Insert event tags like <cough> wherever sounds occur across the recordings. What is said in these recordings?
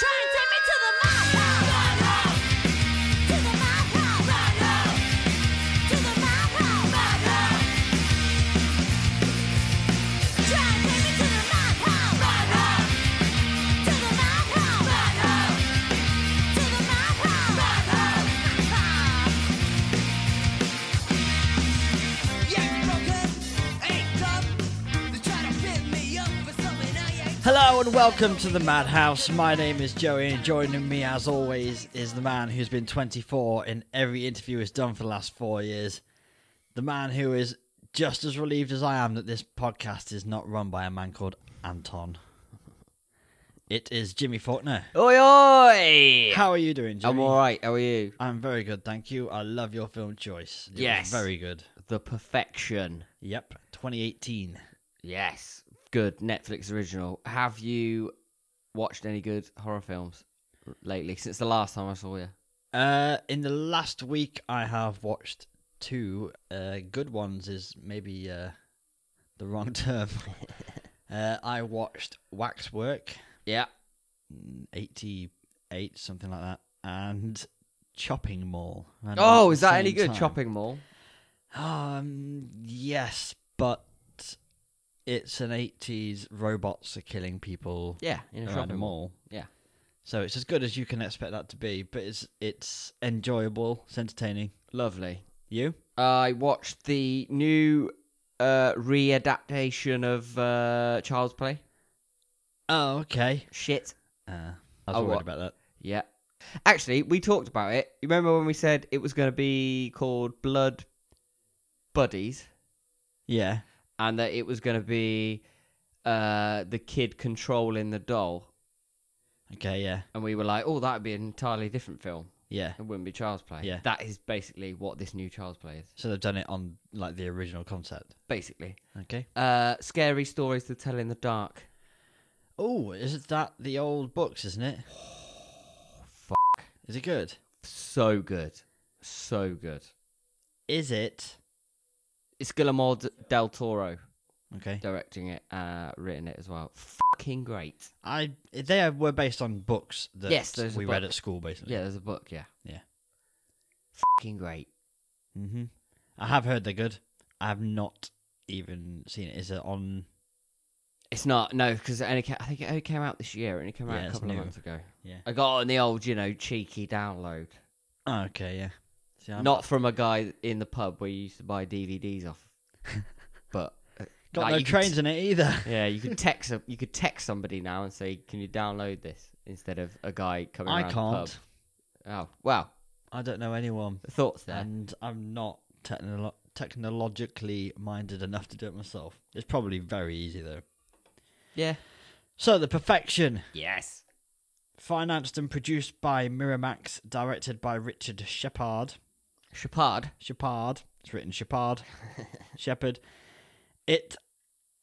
Try and take me to the madhouse. To the madhouse. To the madhouse. Try and take me to the madhouse. To the madhouse. To the madhouse. Hello and welcome to the Madhouse. My name is Joey, and joining me, as always, is the man who's been 24 in every interview he's done for the last four years. The man who is just as relieved as I am that this podcast is not run by a man called Anton. It is Jimmy Faulkner. Oi, oi! How are you doing, Jimmy? I'm alright, how are you? I'm very good, thank you. I love your film choice. It was Yes. very good. The Perfection. Yep, 2018. Yes. Good Netflix original. Have you watched any good horror films lately since the last time I saw you? Uh, in the last week, I have watched two uh, good ones. Is maybe uh, the wrong <laughs> <laughs> term. uh, I watched Waxwork, Yeah. eighty-eight, something like that, and Chopping Mall. And Oh, at is the that any same good? time- Chopping Mall? Um, yes, but it's an eighties. Robots are killing people Yeah, in a around a shopping mall. mall. Yeah. So it's as good as you can expect that to be, but it's it's enjoyable, it's entertaining. Lovely. You? I watched the new uh, readaptation of uh, Child's Play. Oh, okay. Shit. Uh, I was Oh, worried what? about that. Yeah. Actually, we talked about it. You remember when we said it was going to be called Blood Buddies? Yeah. and that it was going to be uh, the kid controlling the doll. Okay. Yeah. And we were like, oh, that would be an entirely different film. Yeah. It wouldn't be Child's Play. Yeah. That is basically what this new Child's Play is. So they've done it on like the original concept. Basically. Okay. Uh, scary stories to tell in the dark. Oh, is that the old books? Isn't <sighs> it? fuck. Is it good? So good. So good. Is it? It's Guillermo d- del Toro Okay. directing it, uh, written it as well. Fucking great. I they were based on books that Yes, there's a we read book. at school, basically. Yeah, there's a book, yeah. Yeah. Fucking great. Mm-hmm. I have heard they're good. I have not even seen it. Is it on? It's not no, because I think it only came out this year. It only came out Yeah, a it's couple new. of months ago. Yeah. I got it on the old, you know, cheeky download, Oh, okay. Yeah. See, I'm- not from a guy in the pub where you used to buy DVDs <laughs> off, but uh, got like, no you could trains t- in it either. <laughs> yeah, you could text a- you could text somebody now and say, "Can you download this?" Instead of a guy coming. I around can't. The pub. Oh wow, I don't know anyone. thoughts there. and I'm not technolo- technologically minded enough to do it myself. It's probably very easy though. yeah. So, The Perfection, Yes. financed and produced by Miramax, directed by Richard Shepard. Shepard. Shepard, it's written Shepard, Shepard. It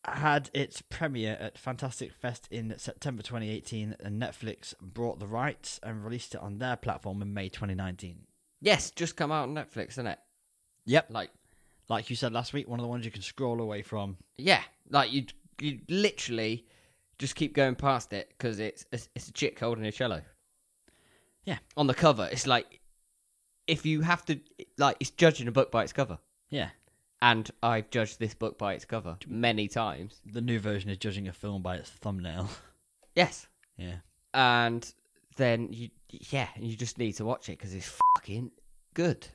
had its premiere at Fantastic Fest in September 2018, and Netflix brought the rights and released it on their platform in May 2019. Yes, just come out on Netflix, isn't it? Yep. Like Like you said last week, one of the ones you can scroll away from. Yeah, like you you literally just keep going past it because it's, it's it's a chick holding a cello. Yeah. on the cover, it's like if you have to like it's judging a book by its cover, Yeah. and I've judged this book by its cover many times. the new version is judging a film by its thumbnail. <laughs> Yes, Yeah. and then you yeah you just need to watch it because it's fucking good.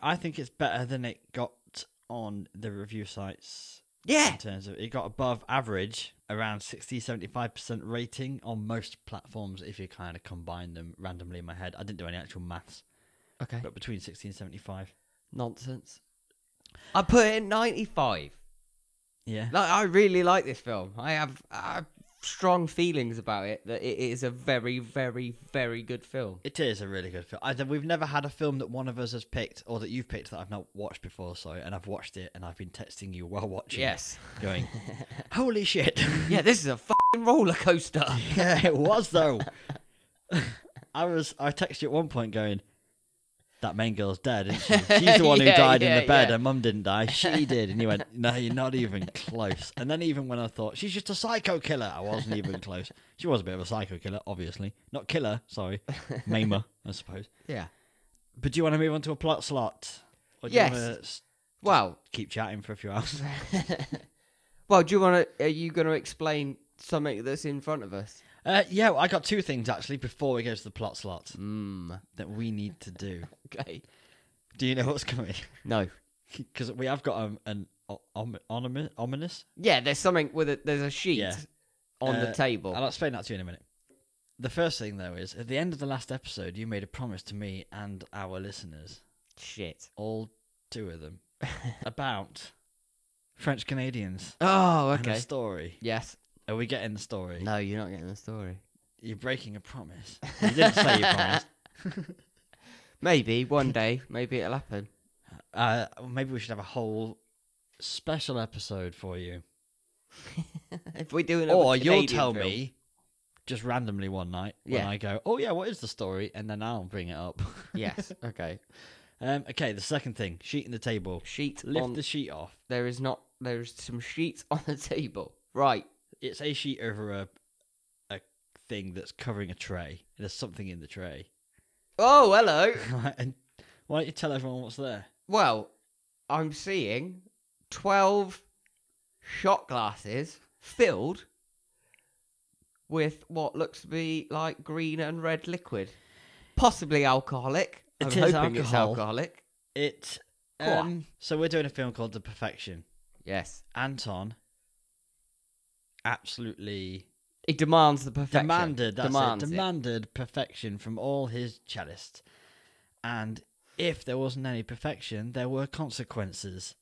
I think it's better than it got on the review sites Yeah, in terms of it got above average, around 60 75% rating on most platforms if you kind of combine them randomly in my head. I didn't do any actual maths, okay, but between 60 and 75. nonsense. I put it in ninety five. Yeah. Like, I really like this film. I have, I have strong feelings about it. That it is a very, very, very good film. It is a really good film. I, we've never had a film that one of us has picked or that you've picked that I've not watched before, so and I've watched it and I've been texting you while watching it, Yes. <laughs> going, holy shit. <laughs> <laughs> yeah, this is a fucking roller coaster. yeah, it was though. I was I texted you at one point going, that main girl's dead, isn't she? <laughs> She's the one who Yeah, died in yeah, the bed. yeah. Her mum didn't die. <laughs> She did. And you went, no, you're not even close. And then even when I thought she's just a psycho killer, I wasn't even close. She was a bit of a psycho killer, obviously, not killer. Sorry, maimer, I suppose. Yeah. But do you want to move on to a plot slot? Or do Yes. You want to Well, keep chatting for a few hours. <laughs> well, do you want to? Are you going to explain something that's in front of us? Uh, yeah, well, I got two things actually before we go to the plot slot Mm. that we need to do. Okay. Do you know what's coming? No. Because we have got um, an o- om- onomi- ominous. Yeah, there's something with a there's a sheet Yeah. on the Uh, table. I'll explain that to you in a minute. The first thing though is at the end of the last episode, you made a promise to me and our listeners, Shit. all two of <laughs> them, about French Canadians Oh, and okay. a story. Yes. Are we getting the story? No, you're not getting the story. You're breaking a <laughs> promise. You didn't say you promised. Maybe <laughs> one day, maybe it'll happen. Uh, maybe we should have a whole special episode for you. if we do another or you'll Canadian tell film. me just randomly one night when Yeah. I go, oh yeah, what is the story? And then I'll bring it up. <laughs> Yes. Okay. um, okay, the second thing, sheet in the table. Sheet Lift on. the sheet off. There is not. There is some sheets <laughs> on the table. Right. It's a sheet over a a thing that's covering a tray. There's something in the <laughs> tray. Oh, <laughs> hello. Right, and why don't you tell everyone what's there? Well, I'm seeing 12 shot glasses filled with what looks to be like green and red liquid. Possibly alcoholic. It I'm is hoping it's alcohol. alcoholic. It. Go on. Um, so we're doing a film called The Perfection. Yes. Anton absolutely It demands the perfection. demanded that's demands it, it. demanded perfection from all his cellists. And if there wasn't any perfection, there were consequences.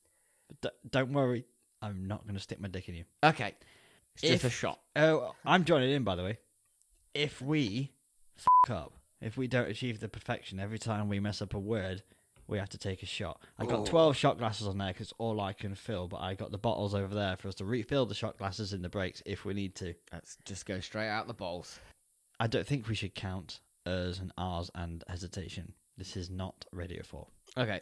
D- don't worry, I'm not going to stick my dick in you. Okay. It's just If- a shot. Oh, I'm joining in, by the way. If we f up, if we don't achieve the perfection every time we mess up a word, we have to take a shot. I got Ooh. 12 shot glasses on there because all I can fill, but I got the bottles over there for us to refill the shot glasses in the breaks if we need to. Let's just go straight out the bowls. I don't think we should count ers and r's and hesitation. This is not Radio 4. Okay.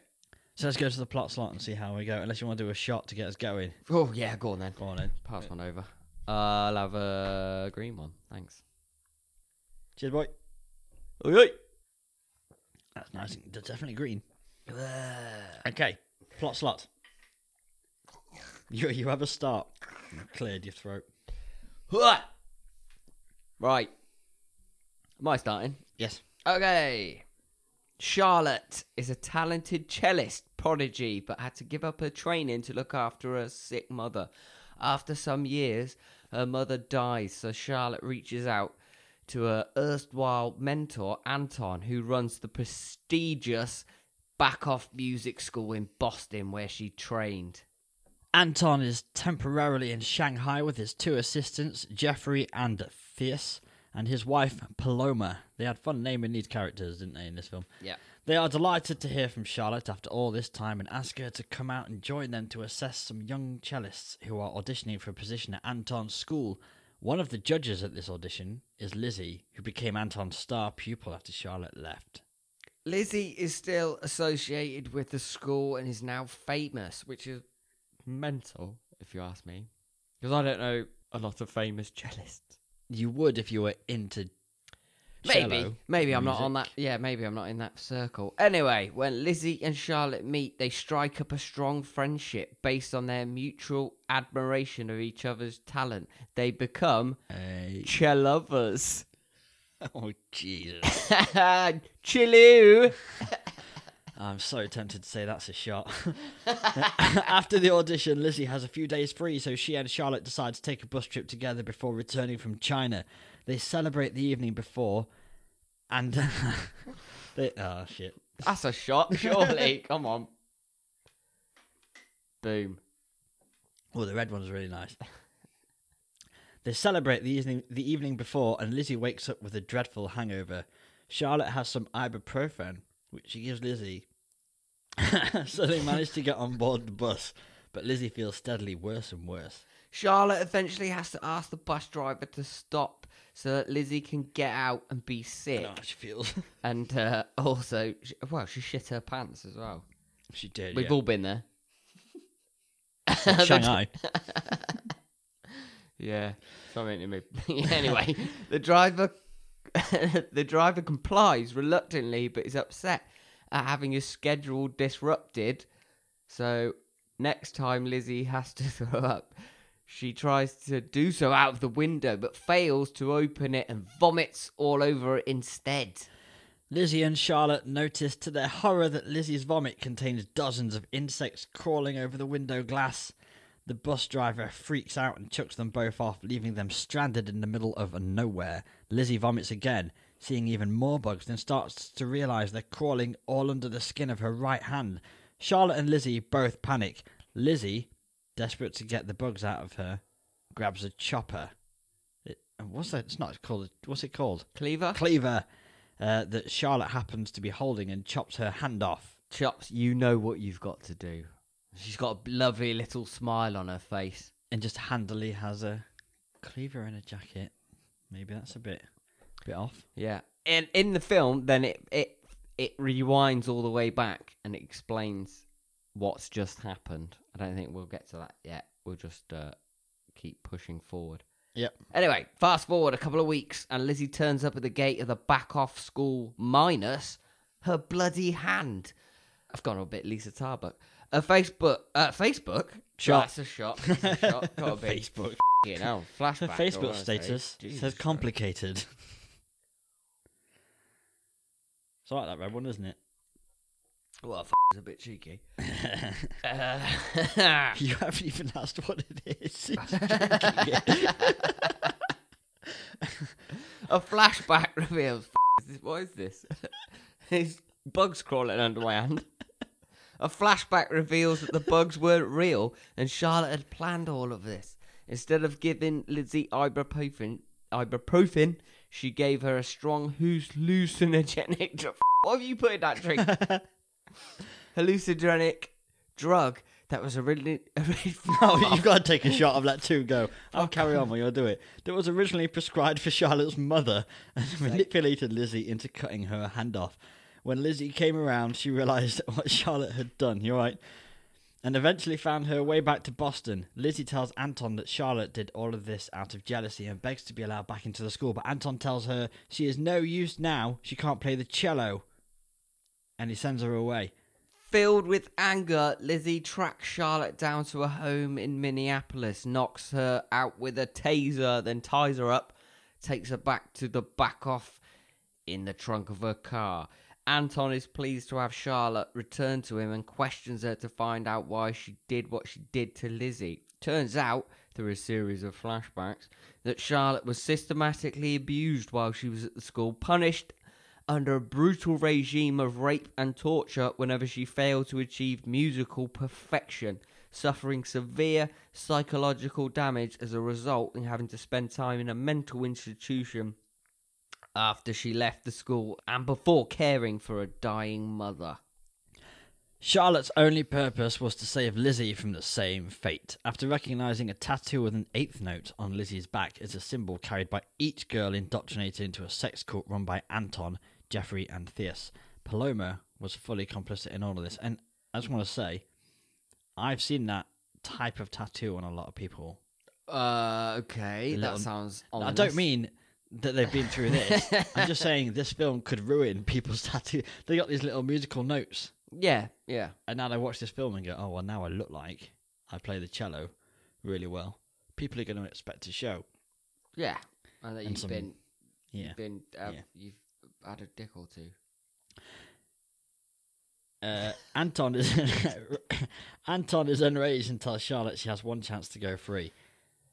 So let's go to the plot slot and see how we go, unless you want to do a shot to get us going. Oh, yeah, go on then. Go on then. Pass one over. I'll have a green one. Thanks. Cheers, boy. That's nice. That's definitely green. Okay, plot slot. You you have a start. You've cleared your throat. Right. Am I starting? Yes. Okay. Charlotte is a talented cellist prodigy, but had to give up her training to look after her sick mother. After some years, her mother dies, so Charlotte reaches out to her erstwhile mentor, Anton, who runs the prestigious Back Off Music School in Boston, where she trained. Anton is temporarily in Shanghai with his two assistants, Jeffrey and Theus, and his wife Paloma. They had fun naming these characters, didn't they, in this film? Yeah. They are delighted to hear from Charlotte after all this time and ask her to come out and join them to assess some young cellists who are auditioning for a position at Anton's school. One of the judges at this audition is Lizzie, who became Anton's star pupil after Charlotte left. Lizzie is still associated with the school and is now famous, which is mental, if you ask me. Because I don't know a lot of famous cellists. You would if you were into Maybe, cello maybe I'm not on that. music. Yeah, maybe I'm not in that circle. Anyway, when Lizzie and Charlotte meet, they strike up a strong friendship based on their mutual admiration of each other's talent. They become Hey. cellovers. <laughs> <laughs> Oh Jesus! Chillu. I'm so tempted to say that's a shot. <laughs> After the audition, Lizzie has a few days free, so she and Charlotte decide to take a bus trip together before returning from China. They celebrate the evening before, and <laughs> they oh shit. That's a shot, surely. Come on. Boom. Oh, the red one's really nice. They celebrate the evening the evening before, and Lizzie wakes up with a dreadful hangover. Charlotte has some ibuprofen, which she gives Lizzie. <laughs> so they manage to get on board the bus, but Lizzie feels steadily worse and worse. Charlotte eventually has to ask the bus driver to stop so that Lizzie can get out and be sick. No, she feels. <laughs> And uh, also, sh- well, she shit her pants as well. she did. We've yeah. all been there. Shanghai. Yeah, something to me. <laughs> anyway, the driver, <laughs> the driver complies reluctantly, but is upset at having his schedule disrupted. So next time Lizzie has to <laughs> throw up, she tries to do so out of the window, but fails to open it and vomits all over it instead. Lizzie and Charlotte notice to their horror that Lizzie's vomit contains dozens of insects crawling over the window glass. The bus driver freaks out and chucks them both off, leaving them stranded in the middle of nowhere. Lizzie vomits again, seeing even more bugs, then starts to realize they're crawling all under the skin of her right hand. Charlotte and Lizzie both panic. Lizzie, desperate to get the bugs out of her, grabs a chopper. It, what's that? It's not called. What's it called? Cleaver cleaver uh, that Charlotte happens to be holding and chops her hand off. chops. You know what you've got to do. She's got a lovely little smile on her face. And just handily has a cleaver in a jacket. Maybe that's a bit, bit off. Yeah. And in the film, then it it it rewinds all the way back and it explains what's just happened. I don't think we'll get to that yet. We'll just uh, keep pushing forward. Yep. Anyway, fast forward a couple of weeks, and Lizzie turns up at the gate of the back off school minus her bloody hand. I've gone a bit Lisa Tarbuck. Her Facebook, uh, Facebook. Shot. That's a shot. That's <laughs> a shot. Gotta be. Facebook. You know, flashback. Her <laughs> Facebook honestly. status Jesus says Christ. complicated. it's like that red one, isn't <laughs> it? Well, f- is a bit cheeky. Uh, <laughs> You haven't even asked what it <laughs> is. It's drinking it. a flashback reveals. F- is this, what is this? <laughs> There's bugs crawling under my hand. A flashback reveals that the bugs weren't real and Charlotte had planned all of this. Instead of giving Lizzie ibuprofen, ibuprofen, she gave her a strong hus- hallucinogenic. dr- What have you put in that drink? hallucinogenic drug that was <laughs> originally. No, Oh, you've got to take a shot of that two go. I'll carry on while you'll do it. That was originally prescribed for Charlotte's mother <laughs> and manipulated Lizzie into cutting her hand off. When Lizzie came around, she realised <laughs> what Charlotte had done. You're right. And eventually found her way back to Boston. Lizzie tells Anton that Charlotte did all of this out of jealousy and begs to be allowed back into the school. But Anton tells her she is no use now. She can't play the cello. And he sends her away. Filled with anger, Lizzie tracks Charlotte down to a home in Minneapolis, knocks her out with a taser, then ties her up, takes her back to the back off in the trunk of her car. Anton is pleased to have Charlotte return to him and questions her to find out why she did what she did to Lizzie. Turns out, through a series of flashbacks, that Charlotte was systematically abused while she was at the school, punished under a brutal regime of rape and torture whenever she failed to achieve musical perfection, suffering severe psychological damage as a result and having to spend time in a mental institution after she left the school and before caring for a dying mother. Charlotte's only purpose was to save Lizzie from the same fate. After recognizing a tattoo with an eighth note on Lizzie's back as a symbol carried by each girl indoctrinated into a sex cult run by Anton, Jeffrey, and Theus, Paloma was fully complicit in all of this. And I just want to say, I've seen that type of tattoo on a lot of people. Uh, okay, The that little- sounds. I ominous. don't mean that they've been through this. I'm just saying this film could ruin people's <laughs> tattoo. They got these little musical notes. Yeah, yeah. and now they watch this film and go, oh, well, now I look like I play the cello really well. People are going to expect a show. Yeah. And that And you've some- been, Yeah. been, uh, Yeah. you've had a dick or two. Uh, Anton is <laughs> Anton is enraged and tells Charlotte she has one chance to go free,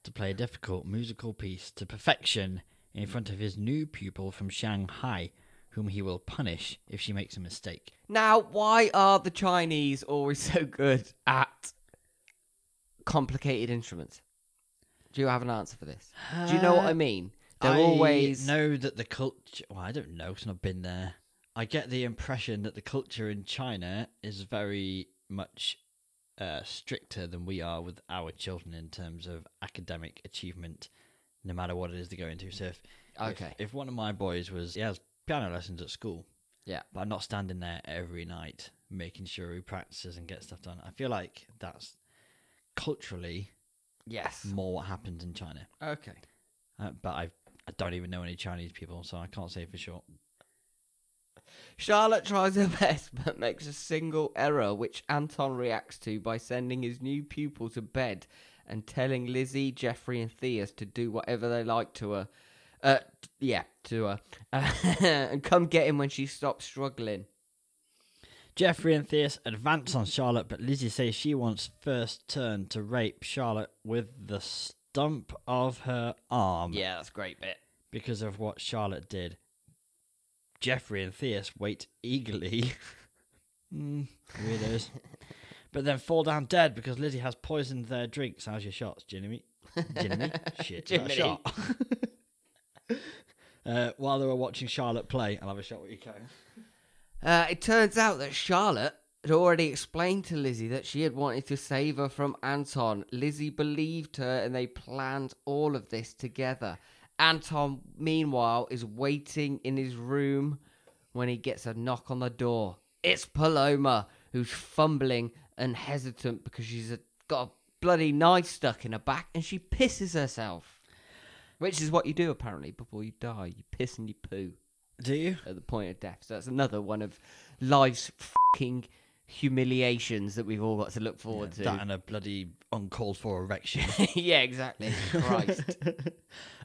to play a difficult musical piece to perfection in front of his new pupil from Shanghai, whom he will punish if she makes a mistake. Now, why are the Chinese always <laughs> so good at complicated instruments? Do you have an answer for this? Do you know what Uh, I mean? They're I always know that the culture. Well, I don't know because I've been there. I get the impression that the culture in China is very much uh, stricter than we are with our children in terms of academic achievement, no matter what it is they go into. So if if- Okay. if, one of my boys was he has piano lessons at school, Yeah. but I'm not standing there every night making sure he practices and gets stuff done. I feel like that's culturally Yes. more what happens in China. Okay. Uh, but I I don't even know any Chinese people, so I can't say for sure. Charlotte tries her <laughs> best but makes a single error, which Anton reacts to by sending his new pupil to bed and telling Lizzie, Jeffrey, and Theus to do whatever they like to her. Uh, t- yeah, to her. <laughs> and come get him when she stops struggling. Jeffrey and Theus advance on Charlotte, but Lizzie says she wants first turn to rape Charlotte with the stump of her arm Yeah, that's a great bit. because of what Charlotte did. Jeffrey and Theus wait eagerly. <laughs> mm, weirdos. but then fall down dead because Lizzie has poisoned their drinks. How's your shots, Jimmy? <laughs> Jimmy? Shit. is that a Jiminy. shot? <laughs> uh, while they were watching Charlotte play, I'll have a shot with you, Karen. Uh, it turns out that Charlotte had already explained to Lizzie that she had wanted to save her from Anton. Lizzie believed her and they planned all of this together. Anton, meanwhile, is waiting in his room when he gets a knock on the door. It's Paloma, who's fumbling and hesitant because she's a, got a bloody knife stuck in her back and she pisses herself. Which is what you do, apparently, before you die. You piss and you poo Do you? at the point of death. So that's another one of life's fucking humiliations that we've all got to look forward That to. and a bloody uncalled for erection. <laughs> yeah, exactly. Christ.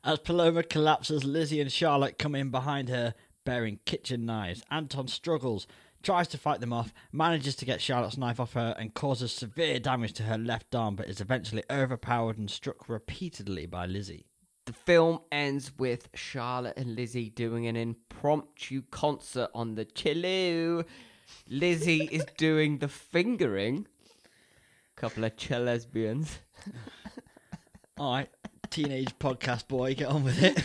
As Paloma collapses, Lizzie and Charlotte come in behind her bearing kitchen knives. Anton struggles, tries to fight them off, manages to get Charlotte's knife off her, and causes severe damage to her left arm, but is eventually overpowered and struck repeatedly by Lizzie. the film ends with Charlotte and Lizzie doing an impromptu concert on the cello. Lizzie is doing the fingering. Couple of chelesbians. All right, teenage podcast boy, get on with it.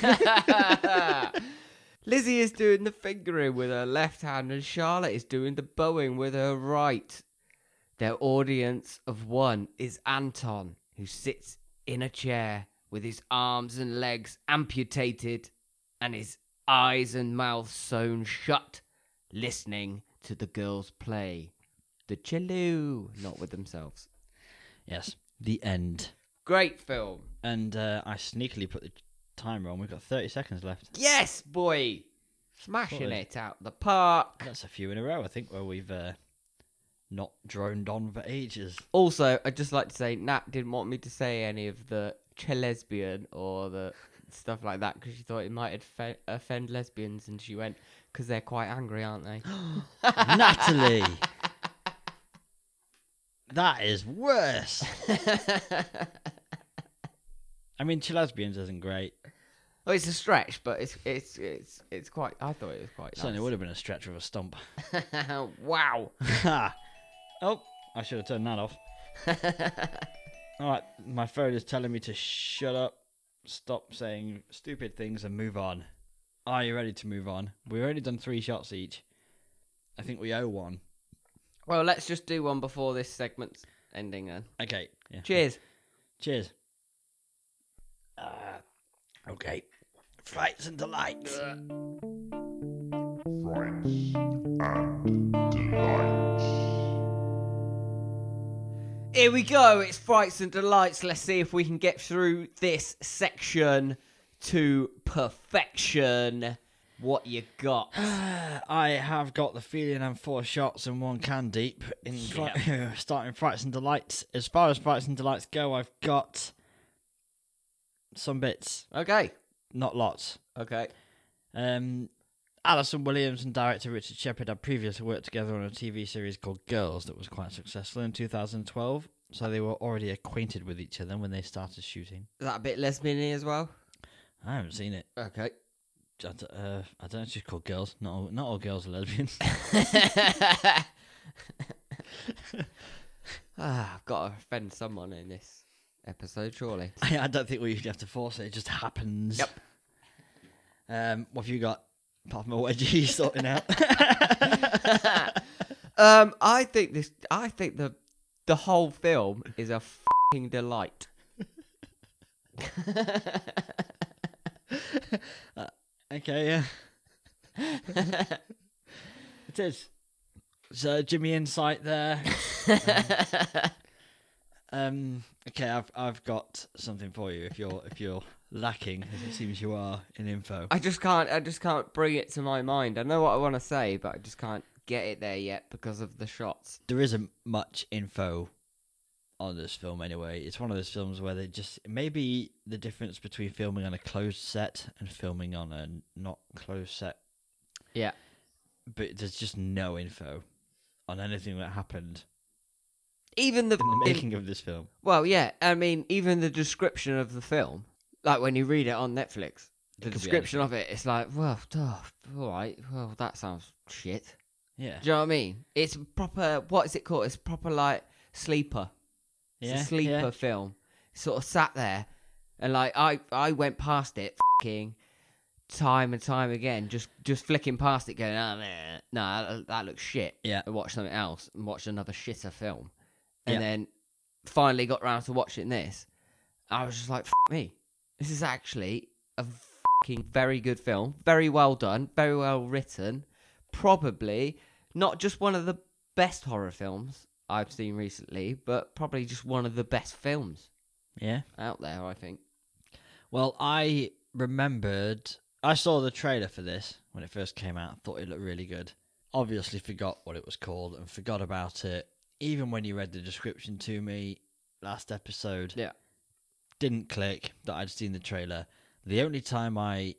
<laughs> Lizzie is doing the fingering with her left hand, and Charlotte is doing the bowing with her right. Their audience of one is Anton, who sits in a chair with his arms and legs amputated and his eyes and mouth sewn shut, listening to the girls play. The cello, not with themselves. yes, the end. Great film. And uh, I sneakily put the timer on. We've got 30 seconds left. Yes, boy! Smashing Boy. it out the park. That's a few in a row, I think, where we've uh, not droned on for ages. Also, I'd just like to say Nat didn't want me to say any of the lesbian or the stuff like that because she thought it might adfe- offend lesbians, and she went because they're quite angry, aren't they? <laughs> Natalie. that is worse. I mean, Chelesbians isn't great. well, it's a stretch, but it's it's it's it's quite. I thought it was quite. Certainly nice. would have been a stretch of a stump. <laughs> <laughs> wow. Ha. oh, I should have turned that off. All right, my phone is telling me to shut up, stop saying stupid things, and move on. Are you ready to move on? We've only done three shots each. I think we owe one. Well, let's just do one before this segment's ending then. Okay. yeah. Cheers. Cheers. Uh, okay. Frights and delights. Here we go. It's frights and delights. Let's see if we can get through this section to perfection. What you got? I have got the feeling I'm four shots and one can deep in fri- <laughs> starting frights and delights. As far as frights and delights go, I've got some bits, <gasps> Okay. not lots. Okay. Um, Alison Williams and director Richard Shepard had previously worked together on a TV series called Girls that was quite successful in 2012. So they were already acquainted with each other when they started shooting. Is that a bit lesbian as well? I haven't seen it. Okay. I d- uh, I don't know. She's called girls. Not all, not all girls are lesbians. <laughs> ah, I've got to offend someone in this episode, surely. <laughs> <laughs> I, I don't think we usually have to force it. It just happens. Yep. Um, what have you got? Apart from a wedgie sorting out. Um, I think this. I think the The whole film is a fing <laughs> delight. Okay, yeah. it is. So Jimmy Insight there. um, okay, I've I've got something for you if you're if you're lacking, as it seems you are in info. I just can't. I just can't bring it to my mind. I know what I want to say, but I just can't get it there yet because of the shots. there isn't much info on this film anyway. It's one of those films where they just maybe the difference between filming on a closed set and filming on a not closed set, Yeah. but there's just no info on anything that happened Even the, in the in- making of this film. well, yeah. I mean, even the description of the film, like when you read it on Netflix, the could be description of it, it's like, well, duh, all right, well, that sounds shit. Yeah. Do you know what I mean? It's proper. What is it called? It's proper like sleeper. It's Yeah, a sleeper yeah. film. Sort of sat there, and like I, I went past it, fucking time and time again, just just flicking past it, going, oh, man, no, that, that looks shit. Yeah. And watched something else, and watched another shitter film, and Yeah. then finally got round to watching this. I was just like, F- me, this is actually a fucking very good film, very well done, very well written, probably not just one of the best horror films I've seen recently, but probably just one of the best films Yeah. out there, I think. Well, I remembered I saw the trailer for this when it first came out. Thought it looked really good. Obviously, forgot what it was called and forgot about it. Even when you read the description to me last episode, Yeah. didn't click that I'd seen the trailer. The only time I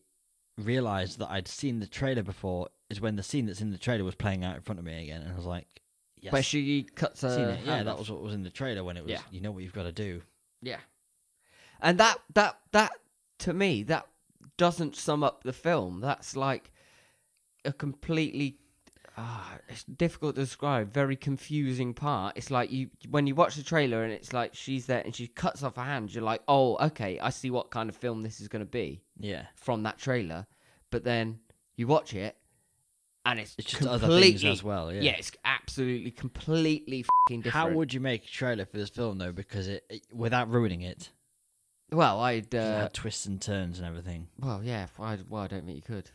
realized that I'd seen the trailer before is when the scene that's in the trailer was playing out in front of me again, and I was like, "Yes, But she cuts her. seen it. yeah, hand that off. was what was in the trailer when it was. Yeah. You know what you've got to do." Yeah. And that that that to me that doesn't sum up the film. That's like a completely ah, it's difficult to describe, very confusing part. It's like you when you watch the trailer and it's like she's there and she cuts off her hand, you're like, "Oh, okay, I see what kind of film this is going to be." Yeah, from that trailer, but then you watch it, and it's, it's just completely, other things as well. Yeah. it's absolutely completely fing different. How would you make a trailer for this film though? Because it, it- without ruining it, well I'd 'cause it uh, had twists and turns and everything. well yeah if I well I don't think you could.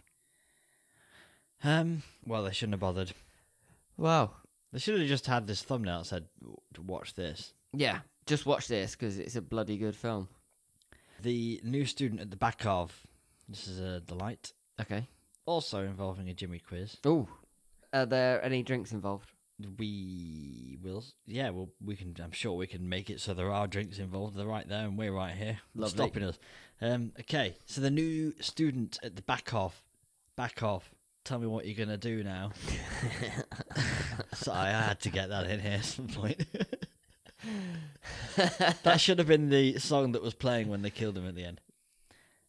Um, well, they shouldn't have bothered. Well They should have just had this thumbnail that said "W- "Watch this." yeah, just watch this because it's a bloody good film. The new student at the back of this is a delight, Okay. also involving a Jimmy quiz. Oh, are there any drinks involved? We will, yeah, well, we can. I'm sure we can make it so there are drinks involved. They're right there, and we're right here, Lovely. stopping us. Um, okay, so the new student at the back off, back off. Tell me what you're gonna do now. Sorry, I had to get that in here at some point. that should have been the song that was playing when they killed him at the end.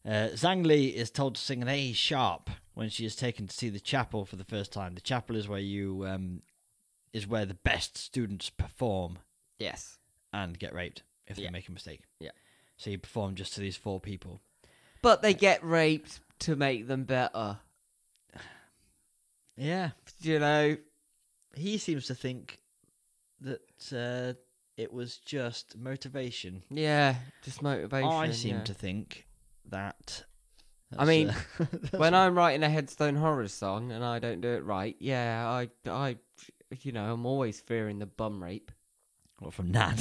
Uh, Zhang Li is told to sing an A sharp when she is taken to see the chapel for the first time. The chapel is where you um, is where the best students perform yes. and get raped if they Yeah. make a mistake. Yeah. So you perform just to these four people. But they get raped to make them better. Yeah. Do you know? He seems to think that uh, it was just motivation. Yeah, just motivation. I seem yeah. to think that. uh, I mean, when <laughs> when I'm writing a Headstone Horrors song and I don't do it right, yeah, I, I, you know, I'm always fearing the bum rape. <laughs> well, from Nat,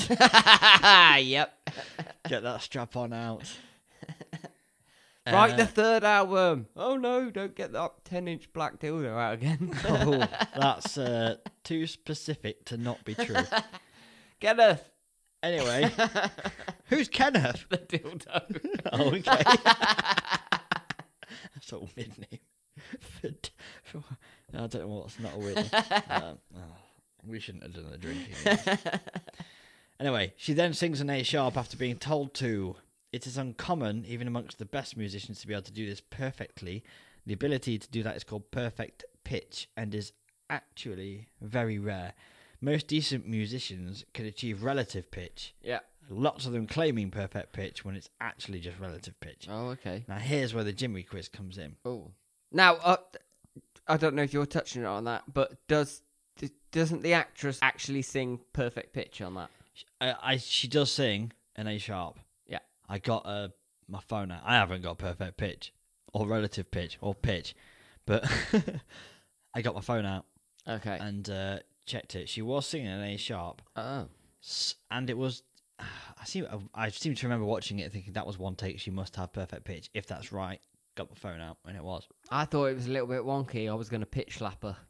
yep. <laughs> get that strap on out. <laughs> right, Uh, the third album. Oh no, don't get that 10 inch black dildo out again. <laughs> <laughs> oh, that's uh, too specific to not be <laughs> true. Kenneth, <laughs> Anyway, who's Kenneth? the dildo. Oh, <laughs> okay. That's a weird name. I don't know what's not a <laughs> weird name. Um, oh, we shouldn't have done the drinking. <laughs> anyway, she then sings an A sharp after being told to. It is uncommon, even amongst the best musicians, to be able to do this perfectly. The ability to do that is called perfect pitch and is actually very rare. Most decent musicians can achieve relative pitch yeah. lots of them claiming perfect pitch when it's actually just relative pitch. Oh, okay. Now here's where the Jimmy quiz comes in. Oh. Now, uh, I don't know if you're touching on that, but does D- doesn't the actress actually sing perfect pitch on that? I, uh, I she does sing in A sharp. Yeah. I got uh, my phone out. I haven't got perfect pitch or relative pitch or pitch, but <laughs> I got my phone out Okay. and uh, checked it. She was singing in A sharp, oh. s- and it was. <sighs> I seem I seem to remember watching it and thinking that was one take. She must have perfect pitch. If that's right, got my phone out and it was. I thought it was a little bit wonky. I was going to pitch slap her. <laughs>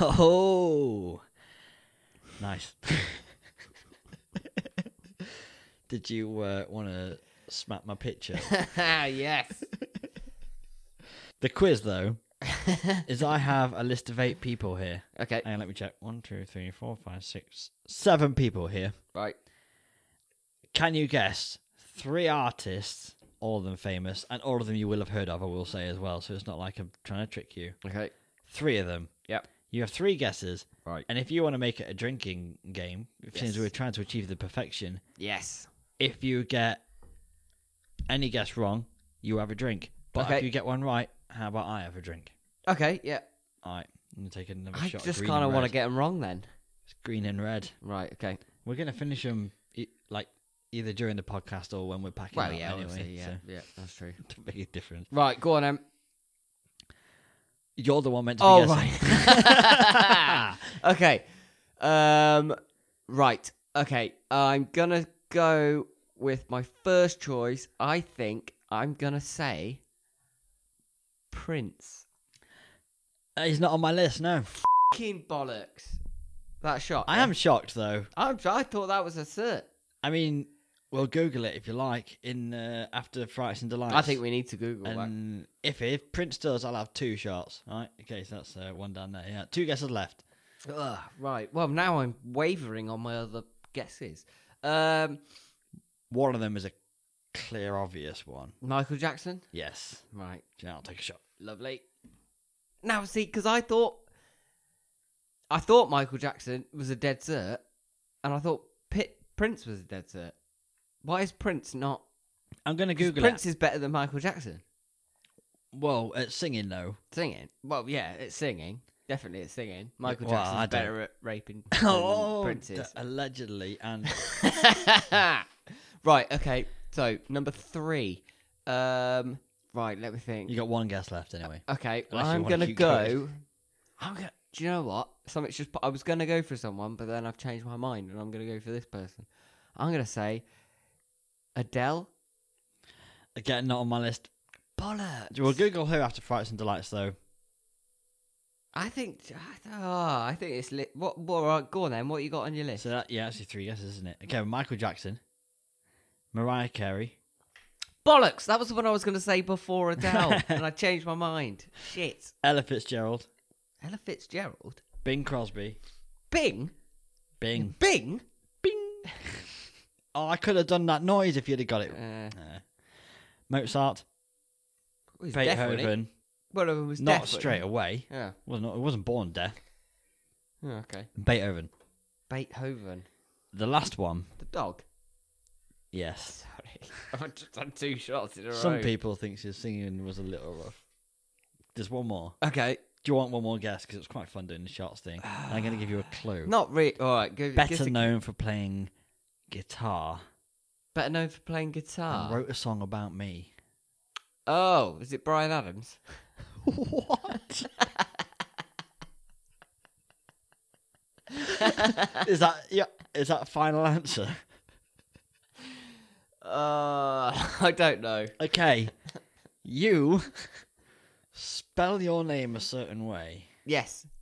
Oh, nice. Did you uh, want to smack my picture? <laughs> yes. The quiz, though, is I have a list of eight people here. <laughs> Okay. Hang on, let me check. One, two, three, four, five, six, seven people here. Right. Can you guess three artists, all of them famous, and all of them you will have heard of, I will say as well. So it's not like I'm trying to trick you. Okay. Three of them. Yep. You have three guesses. Right. And if you want to make it a drinking game, since Yes. we're trying to achieve the perfection, Yes. if you get any guess wrong, you have a drink. But if Okay. you get one right, how about I have a drink? Okay. Yeah. All right, I'm gonna take another I shot. just kind of want to get them wrong then. It's green and red. Right. Okay. We're gonna finish them like either during the podcast or when we're packing Well, up. yeah. anyway, obviously, <laughs> yeah. so Yeah. That's true. it doesn't make a difference. Right. Go on. Em. You're the one meant to be Oh guessing. <laughs> <laughs> right. <laughs> okay. Um. Right. Okay. I'm gonna go with my first choice. I think I'm gonna say Prince. Uh, He's not on my list. No, Fucking bollocks. That shot. I eh? am shocked though. I'm. I thought that was a cert. I mean, we'll Google it if you like. In uh, after Frights and Delights. I think we need to Google that. And if if Prince does, I'll have two shots. All right. Okay, so that's uh, one down there. Yeah, two guesses left. Ugh, right. Well, now I'm wavering on my other guesses. Um, One of them is a clear, obvious one. Michael Jackson. Yes. Right. Yeah, I'll take a shot. Lovely. Now, see, because I thought, I thought Michael Jackson was a dead cert, and I thought Pit, Prince was a dead cert. Why is Prince not? I'm gonna 'cause Google Prince it. is better than Michael Jackson Well, at singing <laughs> though. singing. Well, yeah, it's singing. Definitely, it's singing. Michael Well, Jackson's I don't- better at <laughs> raping Oh, than Prince is. d- allegedly, and <laughs> right. Okay. So number three. Um. Right. Let me think. you got one guess left <laughs> anyway. Okay, Unless you I'm wanna gonna keep go. going. I'm gonna. Do you know what? Something's just. I was gonna go for someone, but then I've changed my mind, and I'm gonna go for this person. I'm gonna say Adele. Again, not on my list. Bollocks. We'll Google her after Frights and Delights though. I think. I th- oh, I think it's lit. What? What? all right, go on then. What you got on your list? So that yeah, actually three guesses, isn't it? Okay, Michael Jackson, Mariah Carey. Bollocks. That was the one I was gonna say before <laughs> Adele, and I changed my mind. Shit. Ella Fitzgerald, Ella Fitzgerald. Bing Crosby, Bing. Bing. Bing. Bing. Oh, I could have done that noise if you'd have got it. Uh, Uh, Mozart, it was definitely- Beethoven, One of them was not definitely- straight away. Yeah. Well, not, it wasn't born deaf. Yeah, Okay. Beethoven. Beethoven. The last one, The dog. yes. Sorry, <laughs> I've just done two shots in a Some row. people think his singing was a little rough. There's one more. Okay, Do you want one more guess? Because it was quite fun doing the shots thing. And I'm going to give you a <sighs> clue. not really. All right, go. guess Better a- known for playing guitar, better known for playing and guitar. wrote a song about me. Oh, is it Brian Adams? What? is that yeah? Is that final answer? Uh, <laughs> I don't know. Okay, you spell your name a certain way. Yes. <laughs>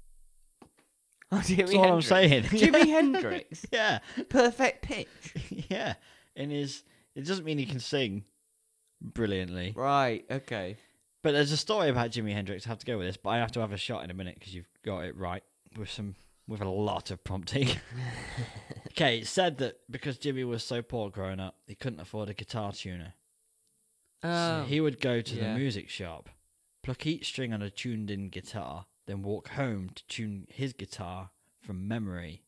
Oh, Jimi That's all I'm Hendrix. saying. <laughs> <laughs> Jimi Hendrix. Yeah. <laughs> Perfect pitch. yeah, and his it doesn't mean he can sing brilliantly. Right. Okay. But there's a story about Jimi Hendrix. I have to go with this, but I have to have a shot in a minute because you've got it right with some with a lot of <laughs> prompting. okay, it said that because Jimmy was so poor growing up, he couldn't afford a guitar tuner. so Oh, he would go to yeah. the music shop, pluck each string on a tuned-in guitar, then walk home to tune his guitar from memory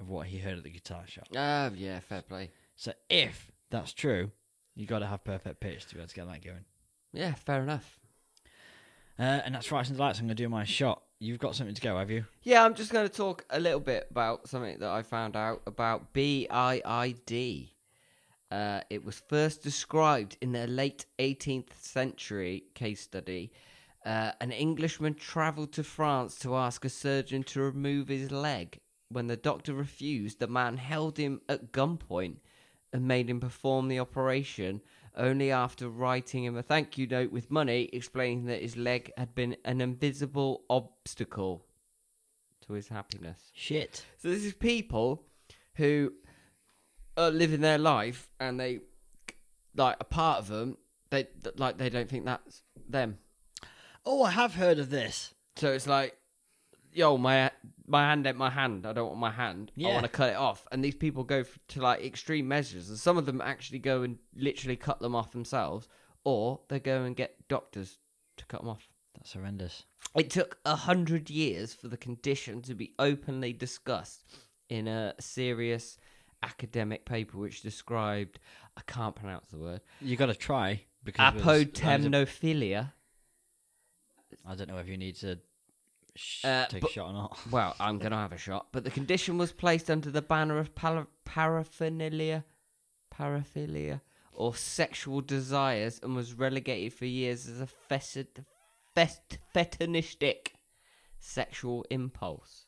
of what he heard at the guitar shop. Oh, yeah. Fair play. So if that's true, you got to have perfect pitch to be able to get that going. Yeah. Fair enough. Uh, and that's right into lights. I'm going to do my shot. you've got something to go, have you? Yeah, I'm just going to talk a little bit about something that I found out about BIID. Uh, it was first described in the late 18th century case study. Uh, an Englishman travelled to France to ask a surgeon to remove his leg. When the doctor refused, the man held him at gunpoint and made him perform the operation only after writing him a thank you note with money explaining that his leg had been an invisible obstacle to his happiness. Shit. So this is people who are living their life and they like a part of them they th- like they don't think that's them. Oh, I have heard of this. So it's like yo my my hand ain't my hand. I don't want my hand. I Yeah. want to cut it off. And these people go f- to like extreme measures and some of them actually go and literally cut them off themselves or they go and get doctors to cut them off. That's horrendous. It took a hundred years for the condition to be openly discussed in a serious academic paper which described I can't pronounce the word You got to try because we're- apotemnophilia. I don't know if you need to sh- Uh, take but- a shot or not. <laughs> Well, I'm gonna have a shot, but the condition was placed under the banner of pala- paraphernalia, paraphilia, or sexual desires, and was relegated for years as a fetid, fet- fetinistic sexual impulse,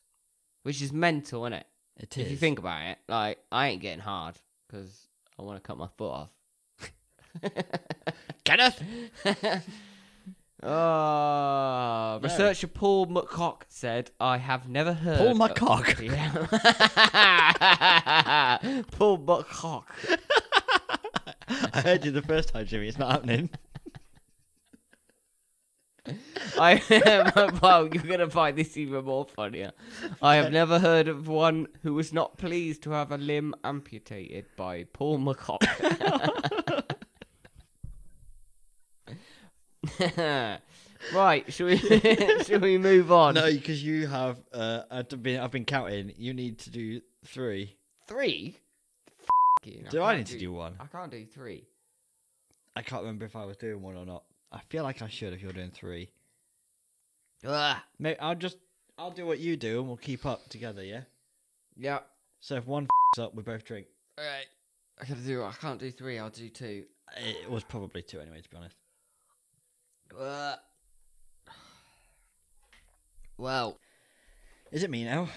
which is mental, isn't it? It is. If you think about it, like I ain't getting hard because I want to cut my foot off. <laughs> Kenneth? Oh, researcher Paul McCock said, "I have never heard." Pull my of- <laughs> cock. Yeah. Paul McCock. <laughs> I heard you the first time, Jimmy. It's not happening. I am. <laughs> Well, you're gonna find this even more funnier. I have never heard of one who was not pleased to have a limb amputated by Paul McCock. <laughs> right, shall we? <laughs> shall we move <laughs> on? <laughs> No, because you have. Uh, I've been. I've been counting. You need to do three. three. F***ing, Do I can't need to do one? I can't do three. I can't remember if I was doing one or not. I feel like I should if you're doing three. Ugh. Maybe I'll just. I'll do what you do, and we'll keep up together. Yeah. Yeah. So if one <laughs> f's up, we both drink. All right. I gotta do. I can't do three. I'll do two. It was probably two anyway, to be honest. Ugh. <sighs> Well, Is it me now?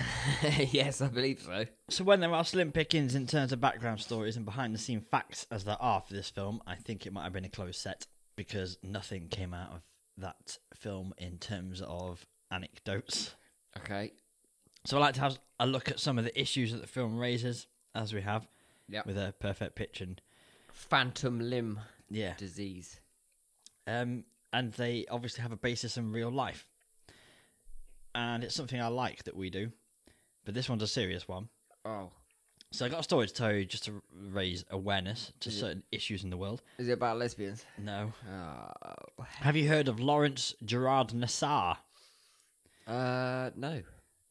<laughs> yes, I believe so. So when there are slim pickings in terms of background stories and behind the scene facts as there are for this film, I think it might have been a closed set because nothing came out of that film in terms of anecdotes. Okay. So I'd like to have a look at some of the issues that the film raises, as we have, Yep. with a perfect pitch and Phantom limb yeah, disease. um, and they obviously have a basis in real life, and it's something I like that we do, but this one's a serious one. Oh, So I got a story to tell you just to raise awareness to certain issues in the world. is it about lesbians? No. Oh. Have you heard of Lawrence Gerard Nassar? Uh, no.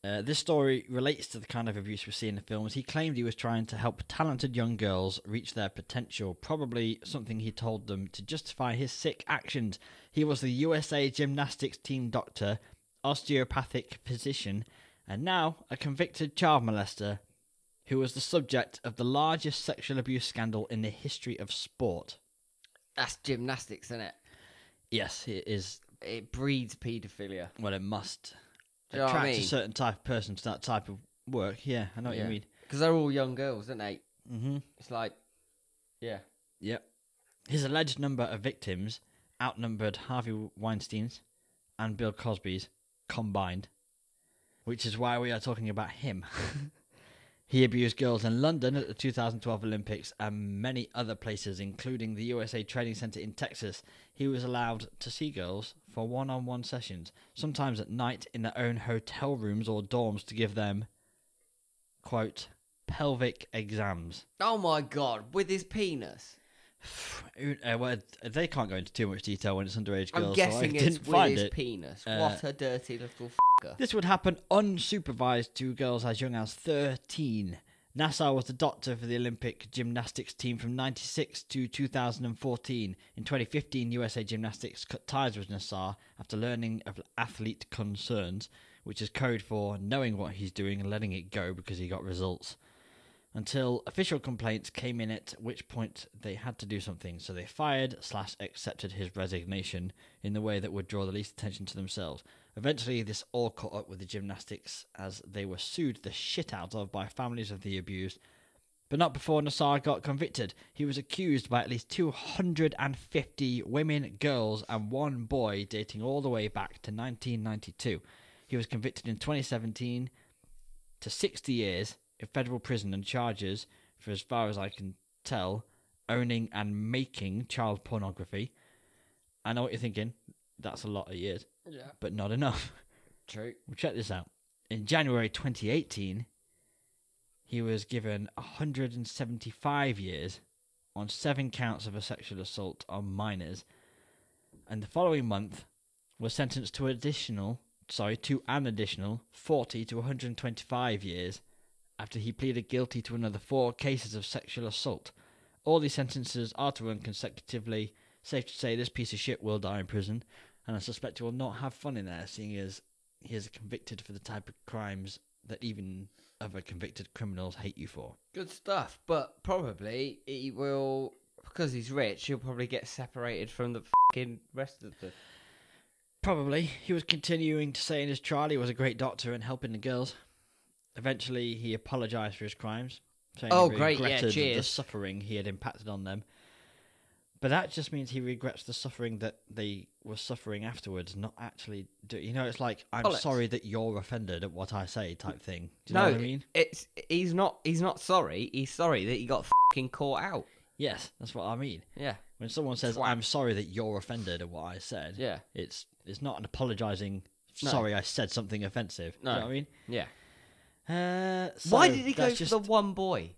Uh, this story relates to the kind of abuse we see in the films. He claimed he was trying to help talented young girls reach their potential, probably something he told them to justify his sick actions. He was the USA gymnastics team doctor, osteopathic physician, and now a convicted child molester who was the subject of the largest sexual abuse scandal in the history of sport. That's gymnastics, isn't it? Yes, it is. It breeds paedophilia. Well, it must Do you know what I attract a mean? certain type of person to that type of work. Yeah, I know what Yeah. you mean. Because they're all young girls, aren't they? Mm-hmm. It's like, yeah. Yep. His alleged number of victims outnumbered Harvey Weinstein's and Bill Cosby's combined, which is why we are talking about him. <laughs> he abused girls in London at the 2012 Olympics and many other places, including the USA Training Center in Texas. He was allowed to see girls for one on one sessions, sometimes at night in their own hotel rooms or dorms to give them, quote, pelvic exams. Oh my god, with his penis. Uh, well, they can't go into too much detail when it's underage girls. so I'm I guessing it's didn't with find his it. penis. Uh, what a dirty little f***er. This would happen unsupervised to girls as young as 13. Nassau was the doctor for the Olympic gymnastics team from 96 to 2014. In 2015, USA Gymnastics cut ties with Nassau after learning of athlete concerns, which is code for knowing what he's doing and letting it go because he got results. Until official complaints came in, at which point they had to do something, so they fired slash accepted his resignation in the way that would draw the least attention to themselves. Eventually, this all caught up with the gymnastics as they were sued the shit out of by families of the abused, but not before Nassar got convicted. He was accused by at least 250 women, girls, and one boy dating all the way back to 1992. He was convicted in 2017 to 60 years in federal prison and charges, for as far as I can tell, owning and making child pornography. I know what you're thinking. That's a lot of years, Yeah. but not enough. <laughs> True. Well, check this out. In January 2018, he was given 175 years on seven counts of a sexual assault on minors, and the following month was sentenced to additional, sorry, to an additional 40 to 125 years after he pleaded guilty to another four cases of sexual assault. All these sentences are to run consecutively. Safe to say, this piece of shit will die in prison, and I suspect he will not have fun in there, seeing as he is convicted for the type of crimes that even other convicted criminals hate you for. Good stuff. But probably he will, because he's rich, he'll probably get separated from the fucking rest of the. Probably. He was continuing to say in his trial he was a great doctor and helping the girls. Eventually, he apologised for his crimes, saying Oh, he great, yeah, regretted the cheers. suffering he had impacted on them. But that just means he regrets the suffering that they were suffering afterwards, not actually. Do, you know, it's like I'm Bollocks. sorry that you're offended at what I say type thing. Do you no, know what I mean? it's he's not he's not sorry. He's sorry that he got fucking caught out. Yes, that's what I mean. Yeah, When someone says, Twat. "I'm sorry that you're offended at what I said," yeah, it's it's not an apologising. No. Sorry, I said something offensive. Do you No. know what I mean? yeah. Uh, Why so did he go that's for just, the one boy?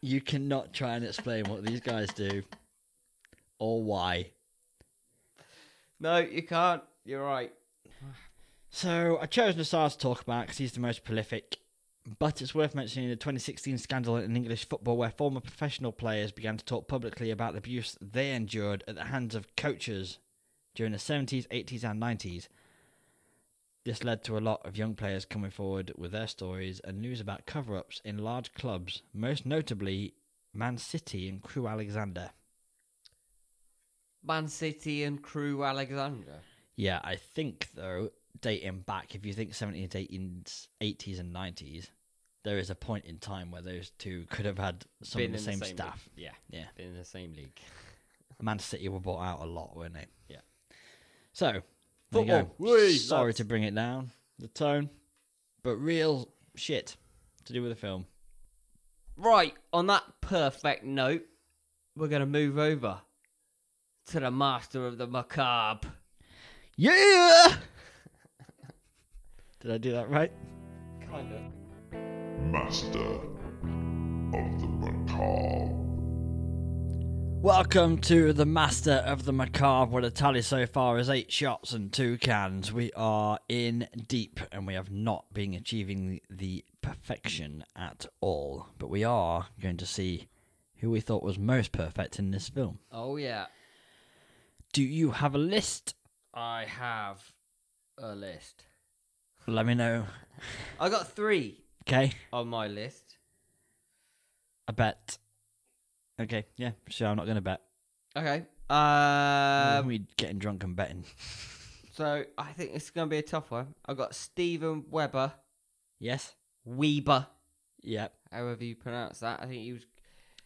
You cannot try and explain what these guys do or why. No, you can't. You're right. So I chose Nassar to talk about because he's the most prolific. But it's worth mentioning the 2016 scandal in English football where former professional players began to talk publicly about the abuse they endured at the hands of coaches during the 70s, 80s, and 90s. This led to a lot of young players coming forward with their stories and news about cover ups in large clubs, most notably Man City and Crew Alexander. Man City and crew Alexander. Yeah, I think though, dating back, if you think 70s, 80s, 80s, and 90s, there is a point in time where those two could have had some Been of the in same, league. staff. Yeah, Yeah. been in the same league. <laughs> Man City were bought out a lot, weren't they? Yeah. So, there you go. Football. Whee, Sorry lads. to bring it down, the tone, but real shit to do with the film. Right, on that perfect note, we're going to move over to the master of the macabre. <laughs> Yeah! Did I do that right? Kind of. Master of the Macabre. Welcome to the Master of the Macabre, where the tally so far is eight shots and two cans. We are in deep and we have not been achieving the perfection at all. But we are going to see who we thought was most perfect in this film. Oh, yeah. Do you have a list? I have a list. Let me know. I got three Okay, on my list. I bet. Okay, yeah, sure, I'm not going to bet. Okay. Mm-hmm. Um, we getting drunk and betting. so I think it's going to be a tough one. I got Stephen Weber, Yes? Weber, Yep. however you pronounce that. I think he was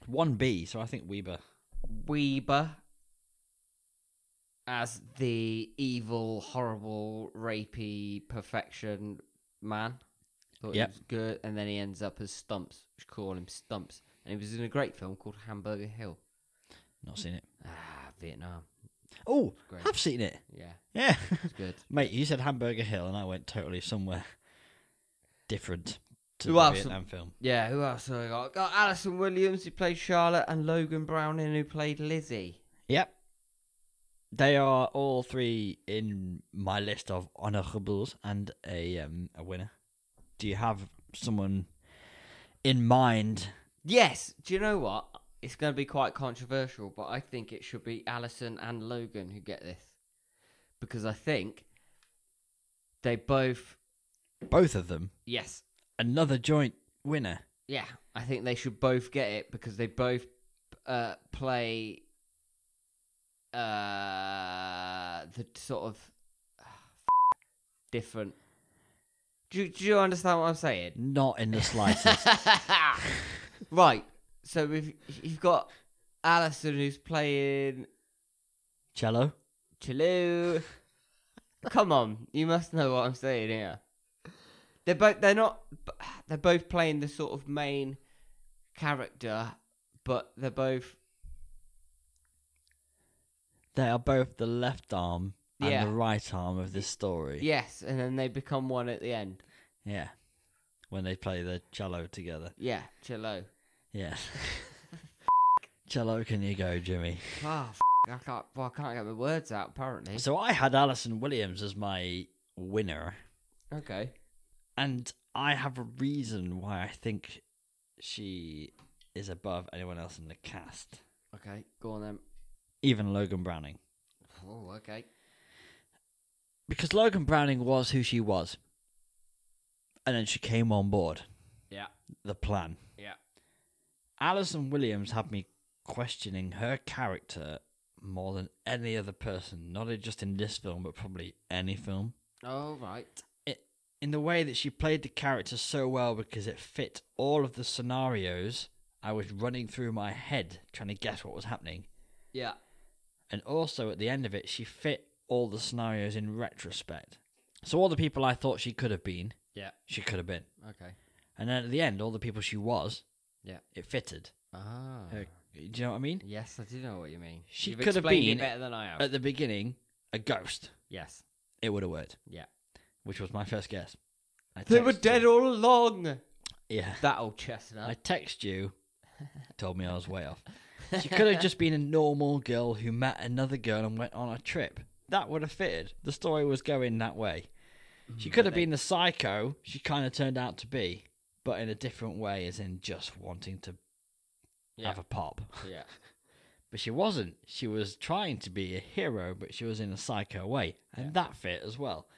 One B, so I think Weber. Weber as the evil, horrible, rapey perfection man. Thought Yep. he was good, and then he ends up as Stumps. We should call him Stumps. And he was in a great film called Hamburger Hill. Not seen it. Ah, Vietnam. Oh, Great. I've seen it. Yeah, Yeah. <laughs> it's good. Mate, you said Hamburger Hill, and I went totally somewhere different to Who the else? Vietnam film. yeah, who else have I got? Got Alison Williams who played Charlotte, and Logan Browning who played Lizzie. Yep. They are all three in my list of honorables and a um, a winner. Do you have someone in mind. Yes. Do you know what? It's going to be quite controversial, but I think it should be Allison and Logan who get this because I think they both. Both of them. Yes. Another joint winner. Yeah. I think they should both get it because they both uh, play uh, the t- sort of <sighs> different. Do, you- do you understand what I'm saying? Not in the slightest. <laughs> right. So we've you've got Alison who's playing Cello? Chalu. Come on, you must know what I'm saying here. They're both they're not they're both playing the sort of main character, but they're both They are both the left arm and Yeah. the right arm of this story. yes, and then they become one at the end. Yeah. When they play the cello together. Yeah, Chalo. Yeah. cello, can you go, Jimmy? Oh, f- I can't well, I can't get my words out apparently. So I had Alison Williams as my winner, Okay. and I have a reason why I think she is above anyone else in the cast, Okay, go on then. even Logan Browning. Oh, okay. Because Logan Browning was who she was. And then she came on board, Yeah, the plan. yeah. Alison Williams had me questioning her character more than any other person, not just in this film, but probably any film. All right. it in the way that she played the character so well because it fit all of the scenarios I was running through my head trying to guess what was happening. Yeah. And also at the end of it, she fit all the scenarios in retrospect. So all the people I thought she could have been, Yeah. she could have been. Okay. And then at the end, all the people she was, Yeah. it fitted. Ah. Her- do you know what I mean? Yes, I do know what you mean. She You've could have been explained it better than I have. At the beginning, a ghost. yes. It would have worked. Yeah. Which was my first guess. I They were texted- dead all along. Yeah. That old chestnut. I text you, told me I was way off. She could have just been a normal girl who met another girl and went on a trip. That would have fitted. The story was going that way. Mm, She could have been the psycho she kind of turned out to be, but in a different way, as in just wanting to yeah. have a pop. <laughs> yeah. But she wasn't. She was trying to be a hero, but she was in a psycho way, and that fit as well.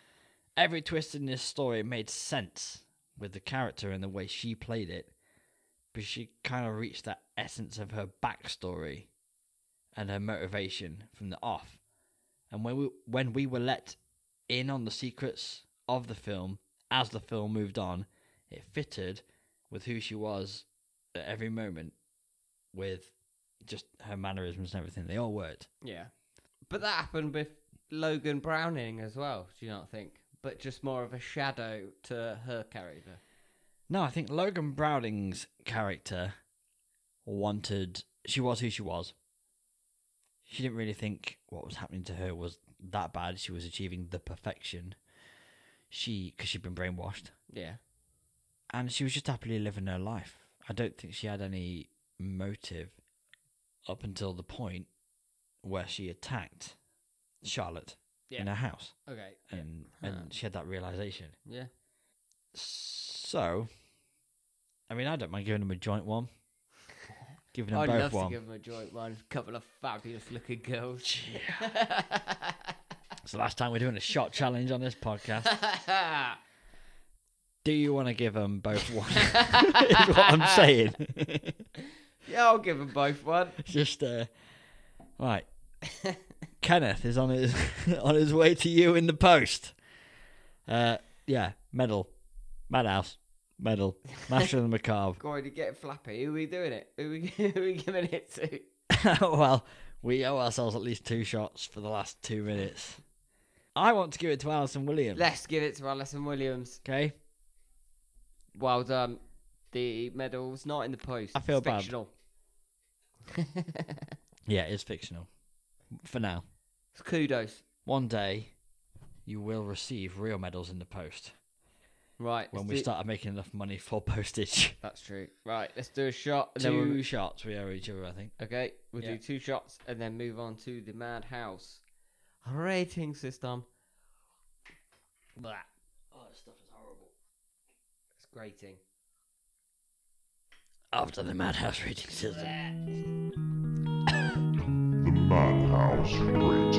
Every twist in this story made sense with the character and the way she played it, but she kind of reached that essence of her backstory and her motivation from the off. And when we when we were let in on the secrets of the film as the film moved on, it fitted with who she was at every moment with just her mannerisms and everything. They all worked. Yeah. But that happened with Logan Browning as well, do you not think? But just more of a shadow to her character. No, I think Logan Browning's character wanted. She was who she was. She didn't really think what was happening to her was that bad. She was achieving the perfection. She, because she'd been brainwashed, Yeah. and she was just happily living her life. I don't think she had any motive up until the point where she attacked Charlotte in her Yeah. house, Okay. and Huh. and she had that realization. Yeah. So, I mean, I don't mind giving them a joint one. Giving them I'd both love one. to give him a joint one. Couple of fabulous looking girls. <laughs> It's the last time we're doing a shot challenge on this <laughs> podcast. Do you want to give them <laughs> both one? <laughs> is what I'm saying. <laughs> yeah, I'll give them both one. Just uh, <laughs> right. Kenneth is on his <laughs> on his way to you in the post. Uh, yeah, medal, madhouse, medal, master of the macabre. Going to get flappy. Who are we doing it? Who are we, <laughs> who are we giving it to? <laughs> well, we owe ourselves at least two shots for the last two minutes. I want to give it to Alison Williams. Let's give it to Alison Williams. Okay, Well done. The medal's not in the post. I feel it's bad. fictional. yeah, it's fictional for now. It's kudos. One day, you will receive real medals in the post Right. when let's we do- started making enough money for <laughs> postage. That's true. Right, let's do a shot. And then Two we'll- shots we owe each other, I think. Okay, we'll Yeah. do two shots and then move on to the madhouse rating system. Blah. Oh, this stuff is horrible. It's grating. after the madhouse rating system. The Madhouse Rating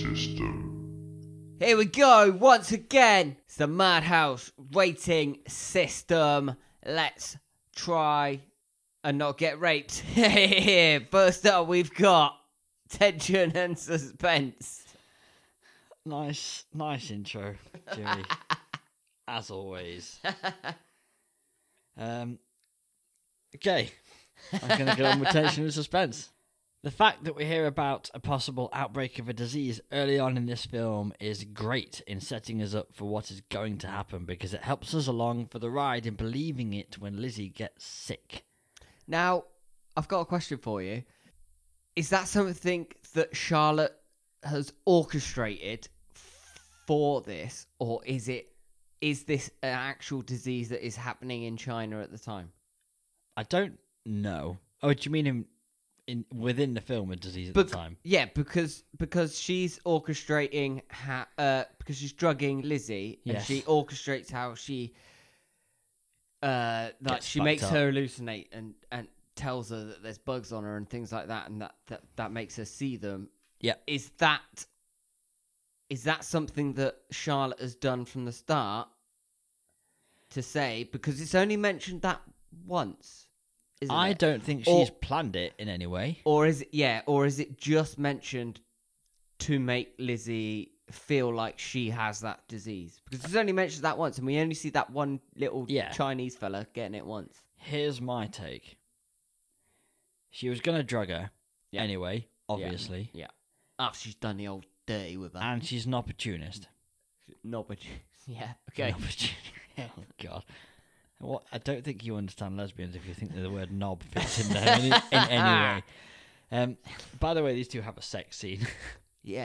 System. Here we go once again. It's the Madhouse rating system. Let's try and not get raped. <laughs> First up, we've got tension and suspense. Nice, nice intro, Jimmy. as always. um, okay, I'm going to get on with tension and suspense. The fact that we hear about a possible outbreak of a disease early on in this film is great in setting us up for what is going to happen because it helps us along for the ride in believing it when Lizzie gets sick. Now, I've got a question for you. Is that something that Charlotte has orchestrated for this, or is it is this an actual disease that is happening in China at the time? I don't know. Oh, do you mean in, in within the film a disease at Bec- the time? Yeah, because because she's orchestrating ha- uh, because she's drugging Lizzie, and Yes. she orchestrates how she uh like Gets she fucked makes up. her hallucinate and and tells her that there's bugs on her and things like that, and that that, that makes her see them. Yep. is that is that something that Charlotte has done from the start to say because it's only mentioned that once. Isn't I it? don't think Or- she's planned it in any way. Or is it yeah, or is it just mentioned to make Lizzie feel like she has that disease? Because it's only mentioned that once and we only see that one little Yeah. Chinese fella getting it once. Here's my take. She was gonna drug her Yeah. anyway, obviously, Yeah. After Oh, she's done the old dirty with her. and she's an opportunist. no, but <laughs> yeah, okay. An <laughs> opportun- <laughs> oh God. What? I don't think you understand lesbians if you think that the word knob fits in there in, any- in <laughs> any way. Um, by the way, these two have a sex scene. Yeah.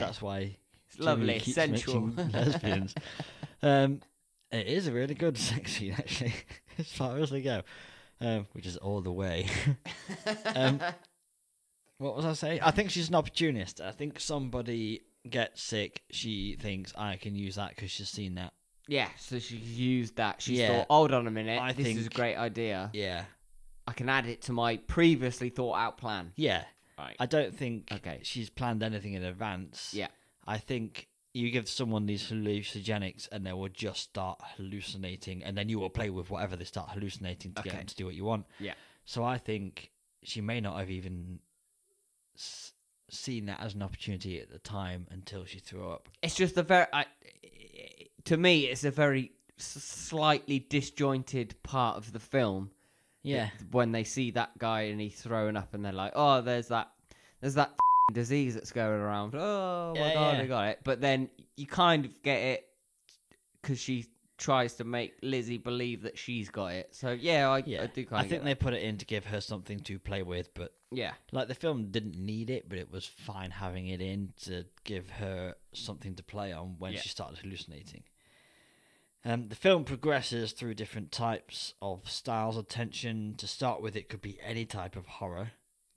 <laughs> That's why it's Jimmy lovely, keeps sensual. mentioning <laughs> <laughs> lesbians. um, it is a really good sex scene, <laughs> actually, as far as they go, um, which is all the way. <laughs> um, what was I saying? I think she's an opportunist. I think somebody gets sick. She thinks I can use that because she's seen that. yeah, so she used that. She Yeah. thought, hold on a minute, I this is a think- great idea. Yeah, I can add it to my previously thought out plan. yeah. Right. I don't think Okay. she's planned anything in advance. Yeah. I think you give someone these hallucinogenics and they will just start hallucinating, and then you will play with whatever they start hallucinating to get Okay. them to do what you want. Yeah. So I think she may not have even s- seen that as an opportunity at the time until she threw up. it's just a very I, to me it's a very s- slightly disjointed part of the film Yeah. when they see that guy and he's throwing up and they're like oh there's that there's that disease that's going around oh my Yeah, god yeah. i got it but then you kind of get it because she tries to make lizzie believe that she's got it so yeah i, Yeah. I do kind I of think they put it in to give her something to play with, but yeah like the film didn't need it, but it was fine having it in to give her something to play on when Yeah. she started hallucinating. Um, the film progresses through different types of styles of tension. To start with, it could be any type of horror.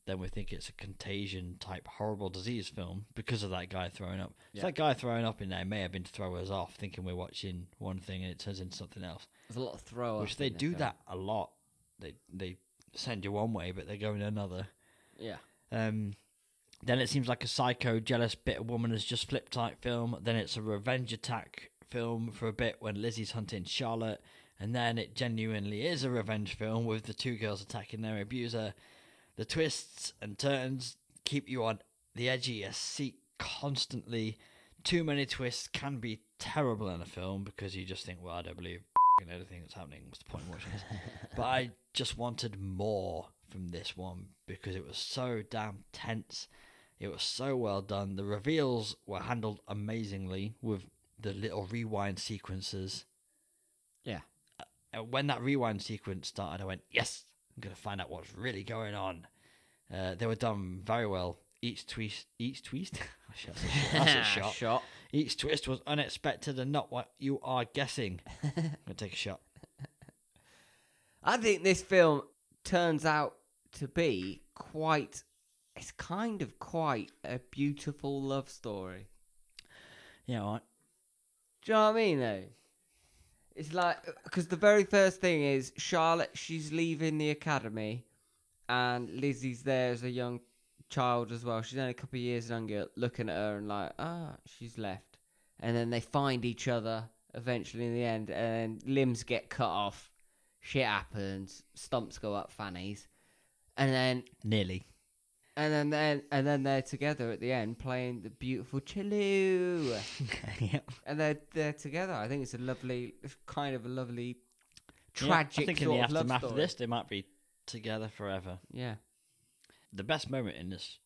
Then we think it's a contagion type horrible disease film because of that guy throwing up. Yeah. So that guy throwing up in there may have been to throw us off, thinking we're watching one thing and it turns into something else. there's a lot of throw Which up they in this do film. that a lot. They they send you one way, but they go in another. yeah Um, then it seems like a psycho, jealous, bitter woman has just flipped type film. Then it's a revenge attack film for a bit when Lizzie's hunting Charlotte. And then it genuinely is a revenge film with the two girls attacking their abuser. The twists and turns keep you on the edge of your seat constantly. Too many twists can be terrible in a film because you just think, well, I don't believe f***ing anything that's happening. What's the point of watching this? but I just wanted more from this one because it was so damn tense. It was so well done. The reveals were handled amazingly with the little rewind sequences. Yeah. And when that rewind sequence started, I went, yes, I'm going to find out what's really going on. Uh, they were done very well. Each twist, each twist, <laughs> that's a shot. <laughs> That's a <laughs> shot. shot Each twist was unexpected and not what you are <laughs> guessing. I'm going to take a shot. I think this film turns out to be quite. It's kind of quite a beautiful love story. Yeah, all right. Do you know what I mean, though? It's like because the very first thing is Charlotte. She's leaving the academy, and Lizzie's there as a young child as well. She's only a couple of years younger, looking at her and like, ah, she's left. And then they find each other eventually in the end, and limbs get cut off. Shit happens. Stumps go up fannies, and then Nearly. <laughs> <laughs> and then then and then they're together at the end playing the beautiful chilloo yep. and they're they're together. I think it's a lovely, it's kind of a lovely, Yeah, tragic I think in sort the of love aftermath story. of this, they might be together forever. Yeah, The best moment in this,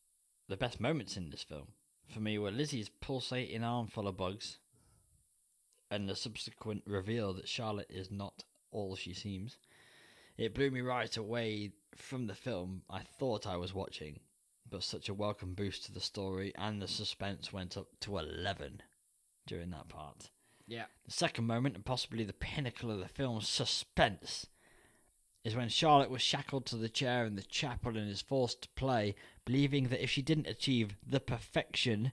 the best moments in this film for me were Lizzie's pulsating arm full of bugs, and the subsequent reveal that Charlotte is not all she seems. It blew me right away from the film I thought I was watching, but such a welcome boost to the story and the suspense went up to eleven during that part. yeah, The second moment, and possibly the pinnacle of the film's suspense, is when Charlotte was shackled to the chair in the chapel and is forced to play, believing that if she didn't achieve the perfection,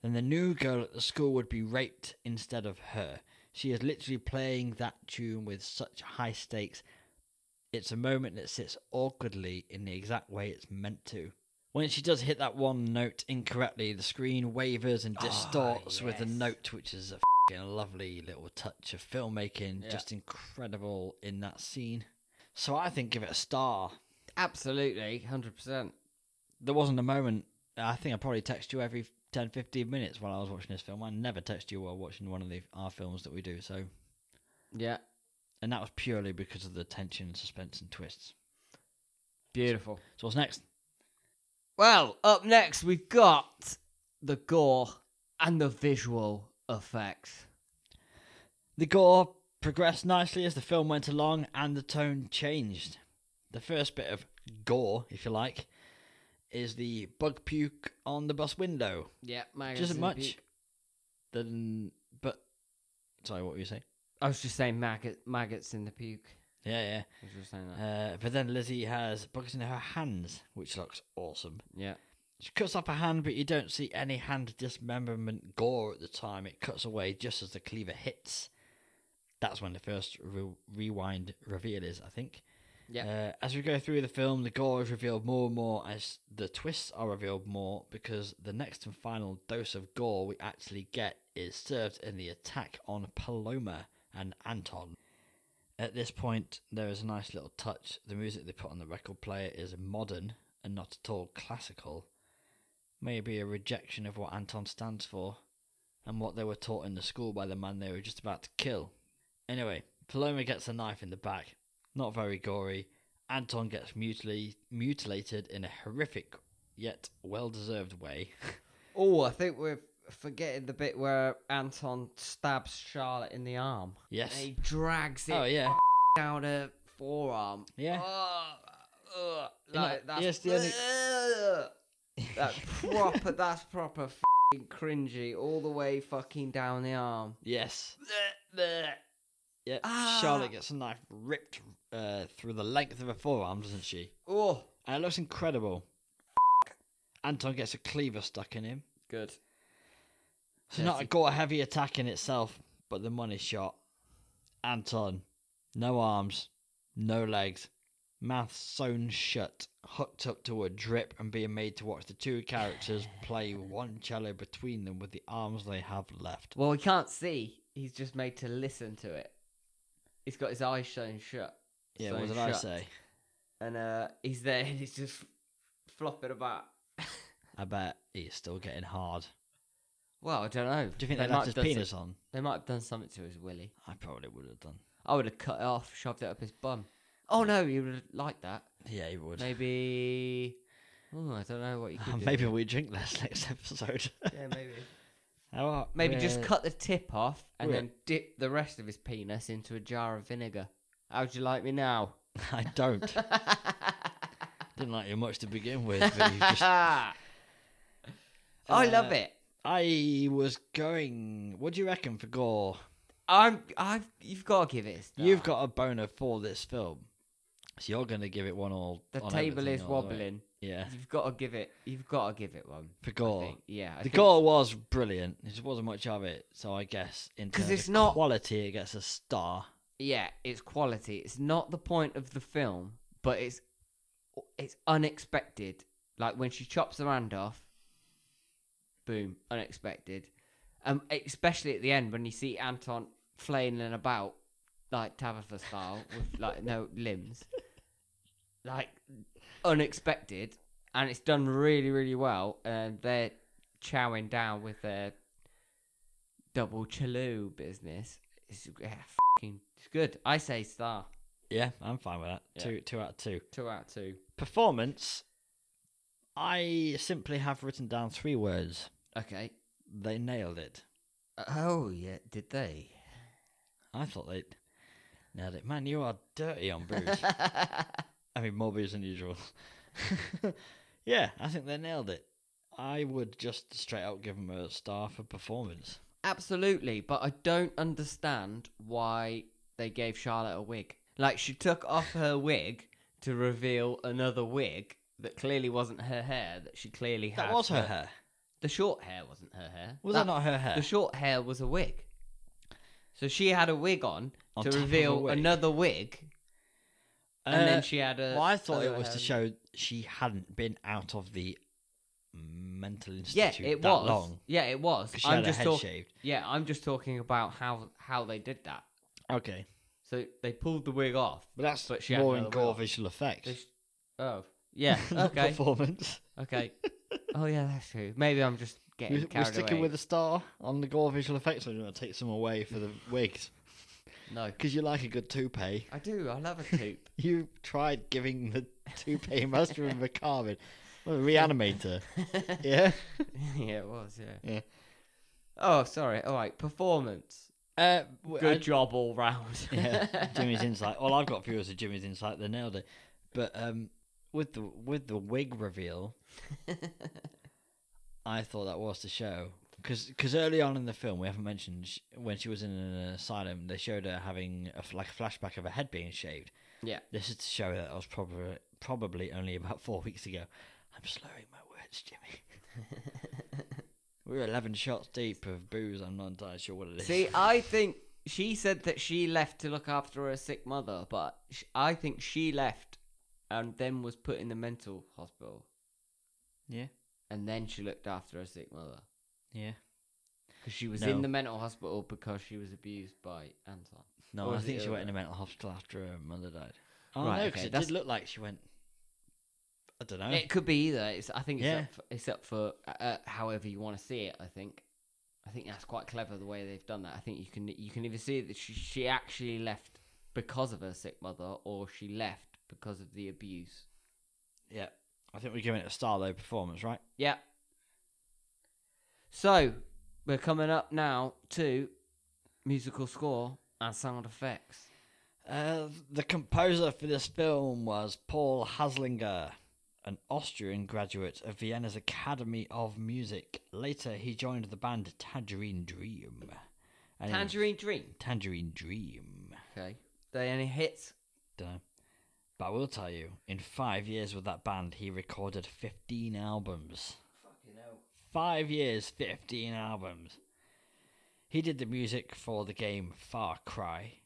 then the new girl at the school would be raped instead of her. She is literally playing that tune with such high stakes. It's a moment that sits awkwardly in the exact way it's meant to. When she does hit that one note incorrectly, the screen wavers and distorts with the Ah, yes. note, which is a fing lovely little touch of filmmaking. Yeah. Just incredible in that scene. So I think give it a star. absolutely, hundred percent. There wasn't a moment. I think I probably text you every 10, 15 minutes while I was watching this film. I never text you while watching one of the, our films that we do. So, Yeah, and that was purely because of the tension, suspense, and twists. beautiful. So what's next? Well, up next we've got the gore and the visual effects. The gore progressed nicely as the film went along and the tone changed. The first bit of gore, if you like, is the bug puke on the bus window. Yeah, Which isn't much. Then, but sorry, what were you saying? I was just saying maggot, maggots in the puke. Yeah, I was just saying that. yeah. Uh, but then Lizzie has bugs in her hands, which looks awesome. yeah, She cuts off a hand, but you don't see any hand dismemberment gore at the time. It cuts away just as the cleaver hits. That's when the first re- rewind reveal is, I think. Uh, yeah, as we go through the film, the gore is revealed more and more as the twists are revealed more because the next and final dose of gore we actually get is served in the attack on Paloma and Anton. At this point, there is a nice little touch. The music they put on the record player is modern and not at all classical. Maybe a rejection of what Anton stands for and what they were taught in the school by the man they were just about to kill. Anyway, Paloma gets a knife in the back. Not very gory. Anton gets mutil- mutilated in a horrific yet well deserved way. Oh, I think we're forgetting the bit where Anton stabs Charlotte in the arm. Yes. And he drags it Oh, yeah. down her forearm. Yeah. Oh, ugh, know, like that's yes, the only- <laughs> Ugh. that proper. that's proper fing cringy all the way fucking down the arm. Yes. Yeah. Ah. Charlotte gets a knife ripped uh, through the length of her forearm, doesn't she? Oh, And it looks incredible. Anton gets a cleaver stuck in him. good. So Yes, not a he- gore heavy attack in itself, but the money shot. Anton, no arms, no legs, mouth sewn shut, hooked up to a drip, and being made to watch the two characters play one cello between them with the arms they have left. Well, he can't see. He's just made to listen to it. He's got his eyes sewn shut. Yeah, sewn what did I shut. say? And uh, he's there and he's just flopping about. I bet he's still getting hard. Well, I don't know. Do you think they, might left his have done penis some- on? they might have done something to his willy. I probably would have done. I would have cut it off, shoved it up his bum. Oh no, you would have liked that. Yeah, he would. <laughs> Maybe. Oh, I don't know what you could <laughs> do. Maybe we drink less <laughs> next episode. Yeah, maybe. How are- Maybe just Uh, cut the tip off and we're- then dip the rest of his penis into a jar of vinegar. How'd you like me now? <laughs> I <laughs> don't. Didn't like you much to begin with, but <laughs> you just I love Uh, it. I was going. What do you reckon for gore? I'm. I've. You've got to give it. A star. You've got a boner for this film, so you're going to give it one all. the on table everything is all the way. <laughs> wobbling. Yeah. You've got to give it. You've got to give it one. For I Gore. think. Yeah, I The think- gore was brilliant. There just wasn't much of it, so I guess in 'Cause terms it's of not- quality, it gets a star. Yeah, it's quality. It's not the point of the film, but it's it's unexpected. Like when she chops her hand off, boom, unexpected. Um, especially at the end when you see Anton flailing about like Tabitha style with like no limbs, like unexpected, and it's done really really well. And they're chowing down with their double chaloo business. It's yeah, fucking it's good. I say star Yeah, I'm fine with that. Yeah. Two, two out of two. two out of two. Performance. I simply have written down three words. Okay. They nailed it. Oh yeah, did they? I thought they nailed it. Man, you are dirty on <laughs> booze. I mean, more booze than usual. <laughs> yeah, I think they nailed it. I would just straight out give them a star for performance. Absolutely, but I don't understand why they gave Charlotte a wig. Like she took off her wig to reveal another wig that clearly wasn't her hair. That she clearly had. That was her hair. The short hair wasn't her hair. Was that, not her hair? The short hair was a wig. So she had a wig on, On top to of a reveal wig. another wig, and Uh, then she had a. Well, I thought it other was to hair. show she hadn't been out of the mental Yeah, institute it that was. long Yeah, it was. because she I'm had just her head talking. shaved. Yeah, I'm just talking about how how they did that. Okay, So they pulled the wig off. but that's But she had more in another gore wig. visual effects. They sh- oh, yeah. <laughs> not Okay. performance. <laughs> okay. Oh yeah, that's true. Maybe I'm just getting We're, we're carried sticking away. with a star on the gore visual effects. or do you want to take some away for the wigs no. because you like a good toupee. I do. <laughs> I love a toop. You tried giving the toupee <laughs> master of a carbon, well, a <laughs> reanimator. yeah. <laughs> yeah, it was. Yeah. Yeah. Oh, sorry. All right. Performance. Uh, Good job all round. yeah, <laughs> Jimmy's insight. All I've got for you is a Jimmy's insight. They nailed it. But um, with the with the wig reveal, I thought that was the show because early on in the film we haven't mentioned sh when she was in an asylum they showed her having a, f- like a flashback of her head being shaved. Yeah. This is to show that I was probably probably only about <laughs> four weeks ago. I'm slurring my words, Jimmy. We're eleven shots deep of booze. I'm not entirely sure what it is. See, I think she said that she left to look after her sick mother, but sh- I think she left and then was put in the mental hospital, yeah, and then she looked after her sick mother yeah. because she was No. in the mental hospital because she was abused by Anton. No, Or I is it think the she other went in way? a mental hospital after her mother died. Oh Right, no, okay, because it that's- did look like she went. I don't know. It could be either. It's, I think it's Yeah. up for, it's up for uh, uh, however you want to see it. I think. I think that's quite clever the way they've done that. I think you can you can either see that she, she actually left because of her sick mother, or she left because of the abuse. Yeah, I think we're giving it a star though. Performance, right? Yeah. So we're coming up now to musical score and sound effects. Uh, the composer for this film was Paul Haslinger, an Austrian graduate of Vienna's Academy of Music. Later, he joined the band Tangerine Dream. And in- Tangerine Dream. Tangerine Dream. Okay. They any hits? Dunno. uh, But I will tell you, in five years with that band, he recorded 15 albums. Fucking hell. Five years, 15 albums. He did the music for the game Far Cry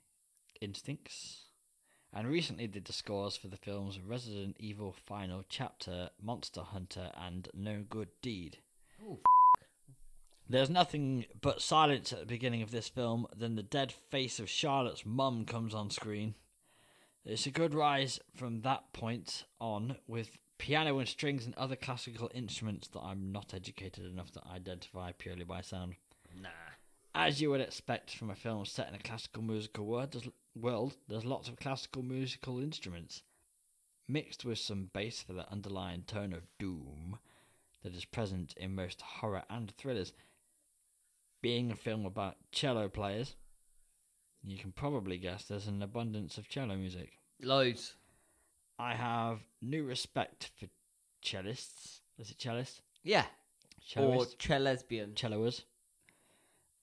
Instincts, and recently did the scores for the films Resident Evil Final Chapter, Monster Hunter, and No Good Deed. Oh, There's nothing but silence at the beginning of this film, then the dead face of Charlotte's mum comes on screen. It's a good rise from that point on with piano and strings and other classical instruments that I'm not educated enough to identify purely by sound. Nah. As you would expect from a film set in a classical musical world, there's, world, there's lots of classical musical instruments, mixed with some bass for the underlying tone of doom that is present in most horror and thrillers. Being a film about cello players, you can probably guess there's an abundance of cello music. Loads. I have new respect for cellists. Is it cellist? Yeah. Or Celloist? Chelesbian. celloers.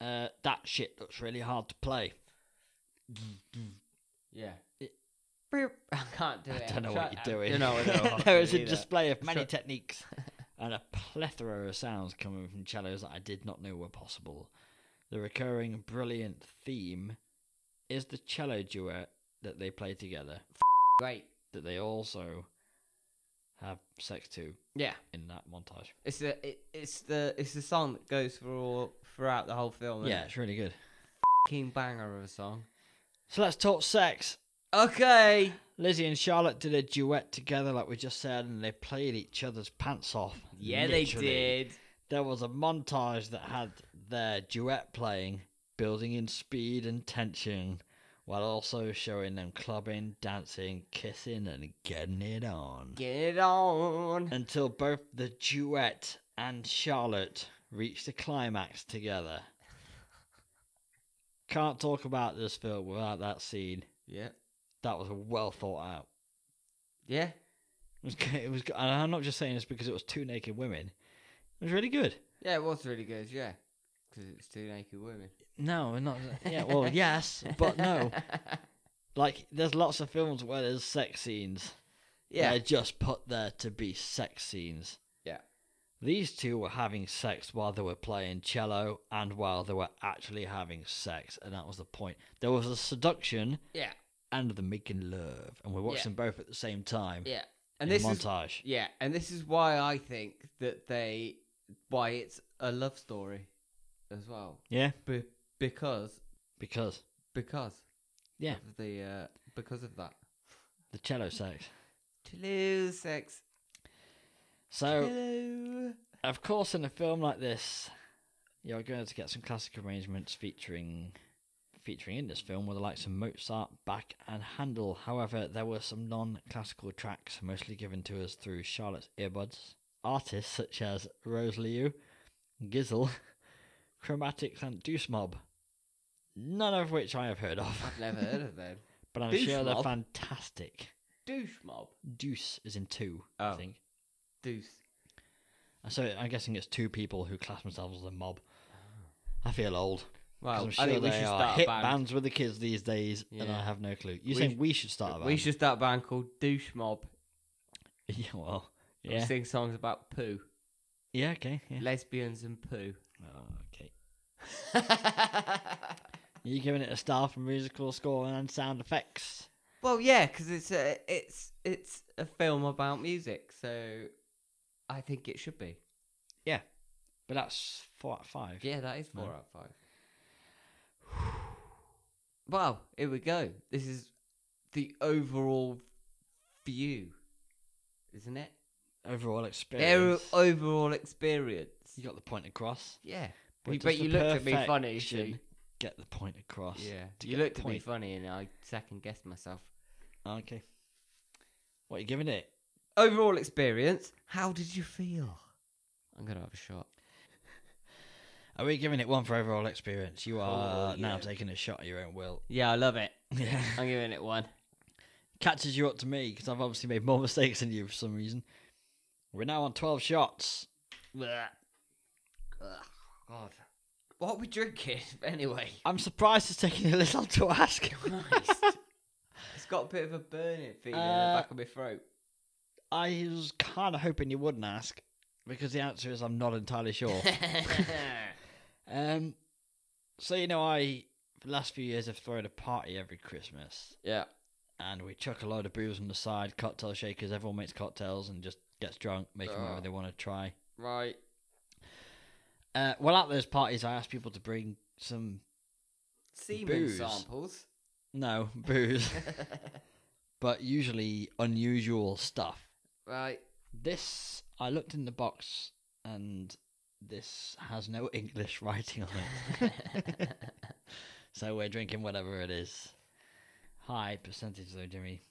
Uh, that shit looks really hard to play. yeah. I can't do it. I don't know what you're doing. You know, <laughs> I don't know what there I'm is doing a either. display of many Try- <laughs> techniques and a plethora of sounds coming from cellos that I did not know were possible. The recurring brilliant theme is the cello duet that they play together, Great. that they also have sex to Yeah. in that montage. It's the it, it's the it's the song that goes for all, throughout the whole film. Yeah, it's really good. King banger of a song. So let's talk sex. Okay. Lizzie and Charlotte did a duet together, like we just said, and they played each other's pants off. Yeah, literally. they did. There was a montage that had their duet playing, building in speed and tension, while also showing them clubbing, dancing, kissing, and getting it on. Get it on. Until both the duet and Charlotte reached the climax together. Can't talk about this film without that scene. Yeah. That was well thought out. Yeah. It was, g- it was, g- and I'm not just saying this because it was two naked women. It was really good. Yeah, it was really good. Yeah, because it was two naked women. No, not yeah. <laughs> Well, yes, but no. Like, there's lots of films where there's sex scenes. yeah. they're just put there to be sex scenes. Yeah. These two were having sex while they were playing cello and while they were actually having sex, and that was the point. There was a seduction Yeah. and the making love, and we watched Yeah. them both at the same time. Yeah. And in this a is montage. yeah, and this is why I think that they why it's a love story as well. Yeah, Be- because because because Yeah. of the uh, because of that the cello sex. Toulouse sex. Oh. So. Hello. Of course, in a film like this, you're going to get some classic arrangements featuring featuring in this film with the likes of Mozart, Bach, and Handel. However, there were some non-classical tracks, mostly given to us through Charlotte's earbuds. Artists such as Rose Liu, <laughs> Gizzle, Chromatics, and Deuce Mob. None of which I have heard of, <laughs> I've never heard of them. but I'm Deuce sure they're Mob? fantastic. Douche mob. Deuce is in two, I Oh. think. Deuce. So I'm guessing it's two people who class themselves as a mob. I feel old. 'Cause Ah. Well, I'm sure I think we they should are start hit a band. bands with the kids these days, and I Yeah. have no clue. You We saying sh- we should start a band? We should start a band called Douche Mob. <laughs> Yeah, well, and yeah, Sing songs about poo, yeah, okay, yeah. lesbians and <laughs> poo. Oh, okay. You're giving it a star for musical score and sound effects. well, yeah, because it's a it's it's a film about music, so I think it should be. But that's four out of five. Yeah, that is four No. out of five. <sighs> Wow, here we go. This is the overall view, isn't it? Overall Their experience. overall experience. you got the point across. Yeah, But You- does but the you looked at me funny. so- perfection Get the point across. Yeah, <laughs> to you get the looked at me point. Ah, funny, and I second guessed myself. Okay. What are you giving it? overall experience, how did you feel? I'm gonna have a shot. Are we giving it one for overall experience? You are Oh, now yeah. taking a shot at your own will. Yeah, I <laughs> love it. Yeah. I'm giving it one. Catches you up to me because I've obviously made more <laughs> mistakes than you for some reason. We're now on 12 shots. Ugh. Ugh, God, what are we drinking <laughs> anyway? I'm surprised it's taking a little to <laughs> ask. Christ. it's got a bit of a burning feeling in Uh, the back of my throat. I was kind of hoping you wouldn't ask because the answer is I'm not entirely <laughs> sure. um, so, you know, I, for the last few years, have thrown a party every Christmas <laughs> yeah, and we chuck a load of booze on the side, cocktail shakers, everyone makes cocktails and just gets drunk, making whatever Oh. they want to try. right. Uh, well, at those parties, I asked people to bring some Semen Booze. samples. <laughs> no <laughs> booze, but usually unusual stuff. right. This I looked in the box, and this has no <laughs> English writing on it, <laughs> so we're drinking whatever it is. High percentage though, Jimmy.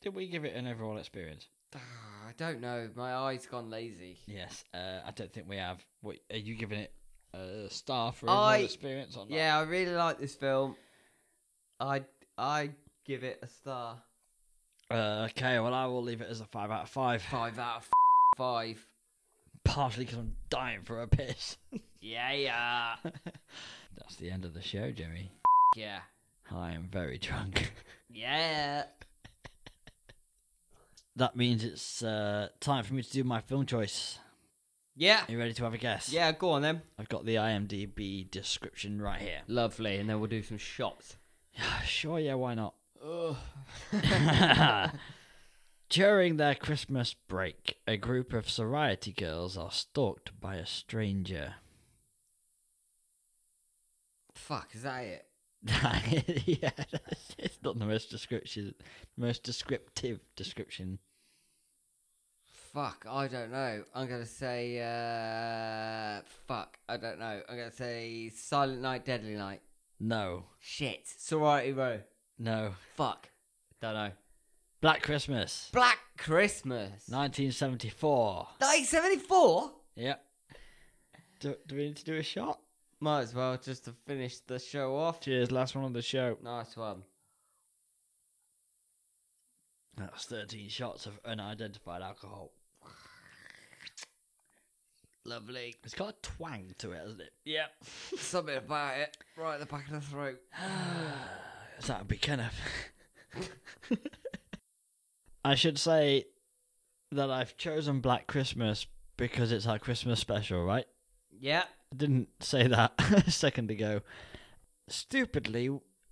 Did we give it an overall experience? Ah, I don't know. My eyes gone lazy. Yes. Uh, I don't think we have. What are you giving it? A star for overall I- experience or not? Yeah, I really like this film. I I give it a star. Uh, okay. Well, I will leave it as a five out of five. Five out of five. partially because I'm dying for a piss. Yeah, yeah. <laughs> That's the end of the show, Jimmy. yeah. I am very drunk. <laughs> Yeah. that means it's uh, time for me to do my film choice. Yeah. Are you ready to have a guess? Yeah, go on then. I've got the IMDb description right here. <sighs> Lovely, and then we'll do some shots. sure, yeah, why not? Ugh. <laughs> <laughs> During their Christmas break, a group of sorority girls are stalked by a stranger. <laughs> Fuck, is that it? yeah, that's- it's not the most description, most descriptive description. Fuck, I don't know. I'm gonna say, uh, fuck, I don't know. I'm gonna say Silent Night, Deadly Night. No, Shit, sorority row. no. Fuck, don't know. Black Christmas, Black Christmas. 1974. 1974. Yep. Do, do we need to do a shot? Might as well just to finish the show off. Cheers, last one on the show. Nice one. That's 13 shots of unidentified alcohol. Lovely. It's got a twang to it, hasn't it? Yep. Something about it. Right at the back of the throat. <sighs> That would be Kenneth. <laughs> I should say that I've chosen Black Christmas because it's our Christmas special, right? Yep. I didn't say that <laughs> a second ago. Stupidly,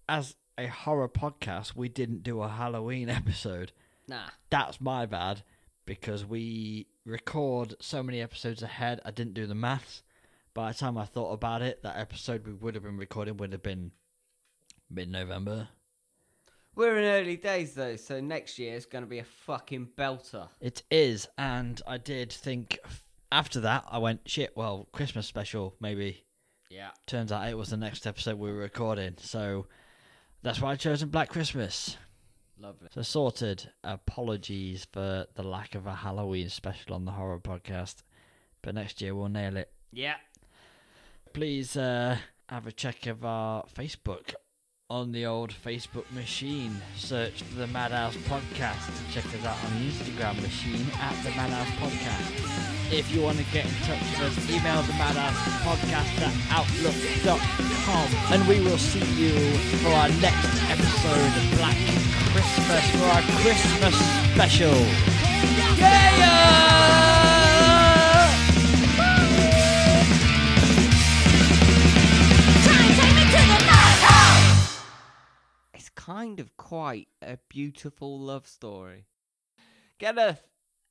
as a horror podcast, we didn't do a Halloween <laughs> episode. Nah. That's my bad because we record so many episodes ahead. I didn't do the maths. By the time I thought about it, that episode we would have been recording would have been mid November. We're in early days though, so next year is gonna be a fucking belter. It is, and I did think after that I went shit. Well, Christmas special maybe. Yeah. Turns out it was the next episode we were recording, so that's why I chose Black Christmas. Lovely. So sorted. Apologies for the lack of a Halloween special on the horror podcast, but next year we'll nail it. Yeah. Please uh, have a check of our Facebook on the old Facebook machine. Search for the Madhouse Podcast. Check us out on the Instagram machine at the Madhouse Podcast. If you want to get in touch with us, email the Madhouse Podcast at outlook.com. And we will see you for our next episode of Black Christmas for our Christmas special. Try and take me to the mud hole! It's kind of quite a beautiful love story. Kenneth,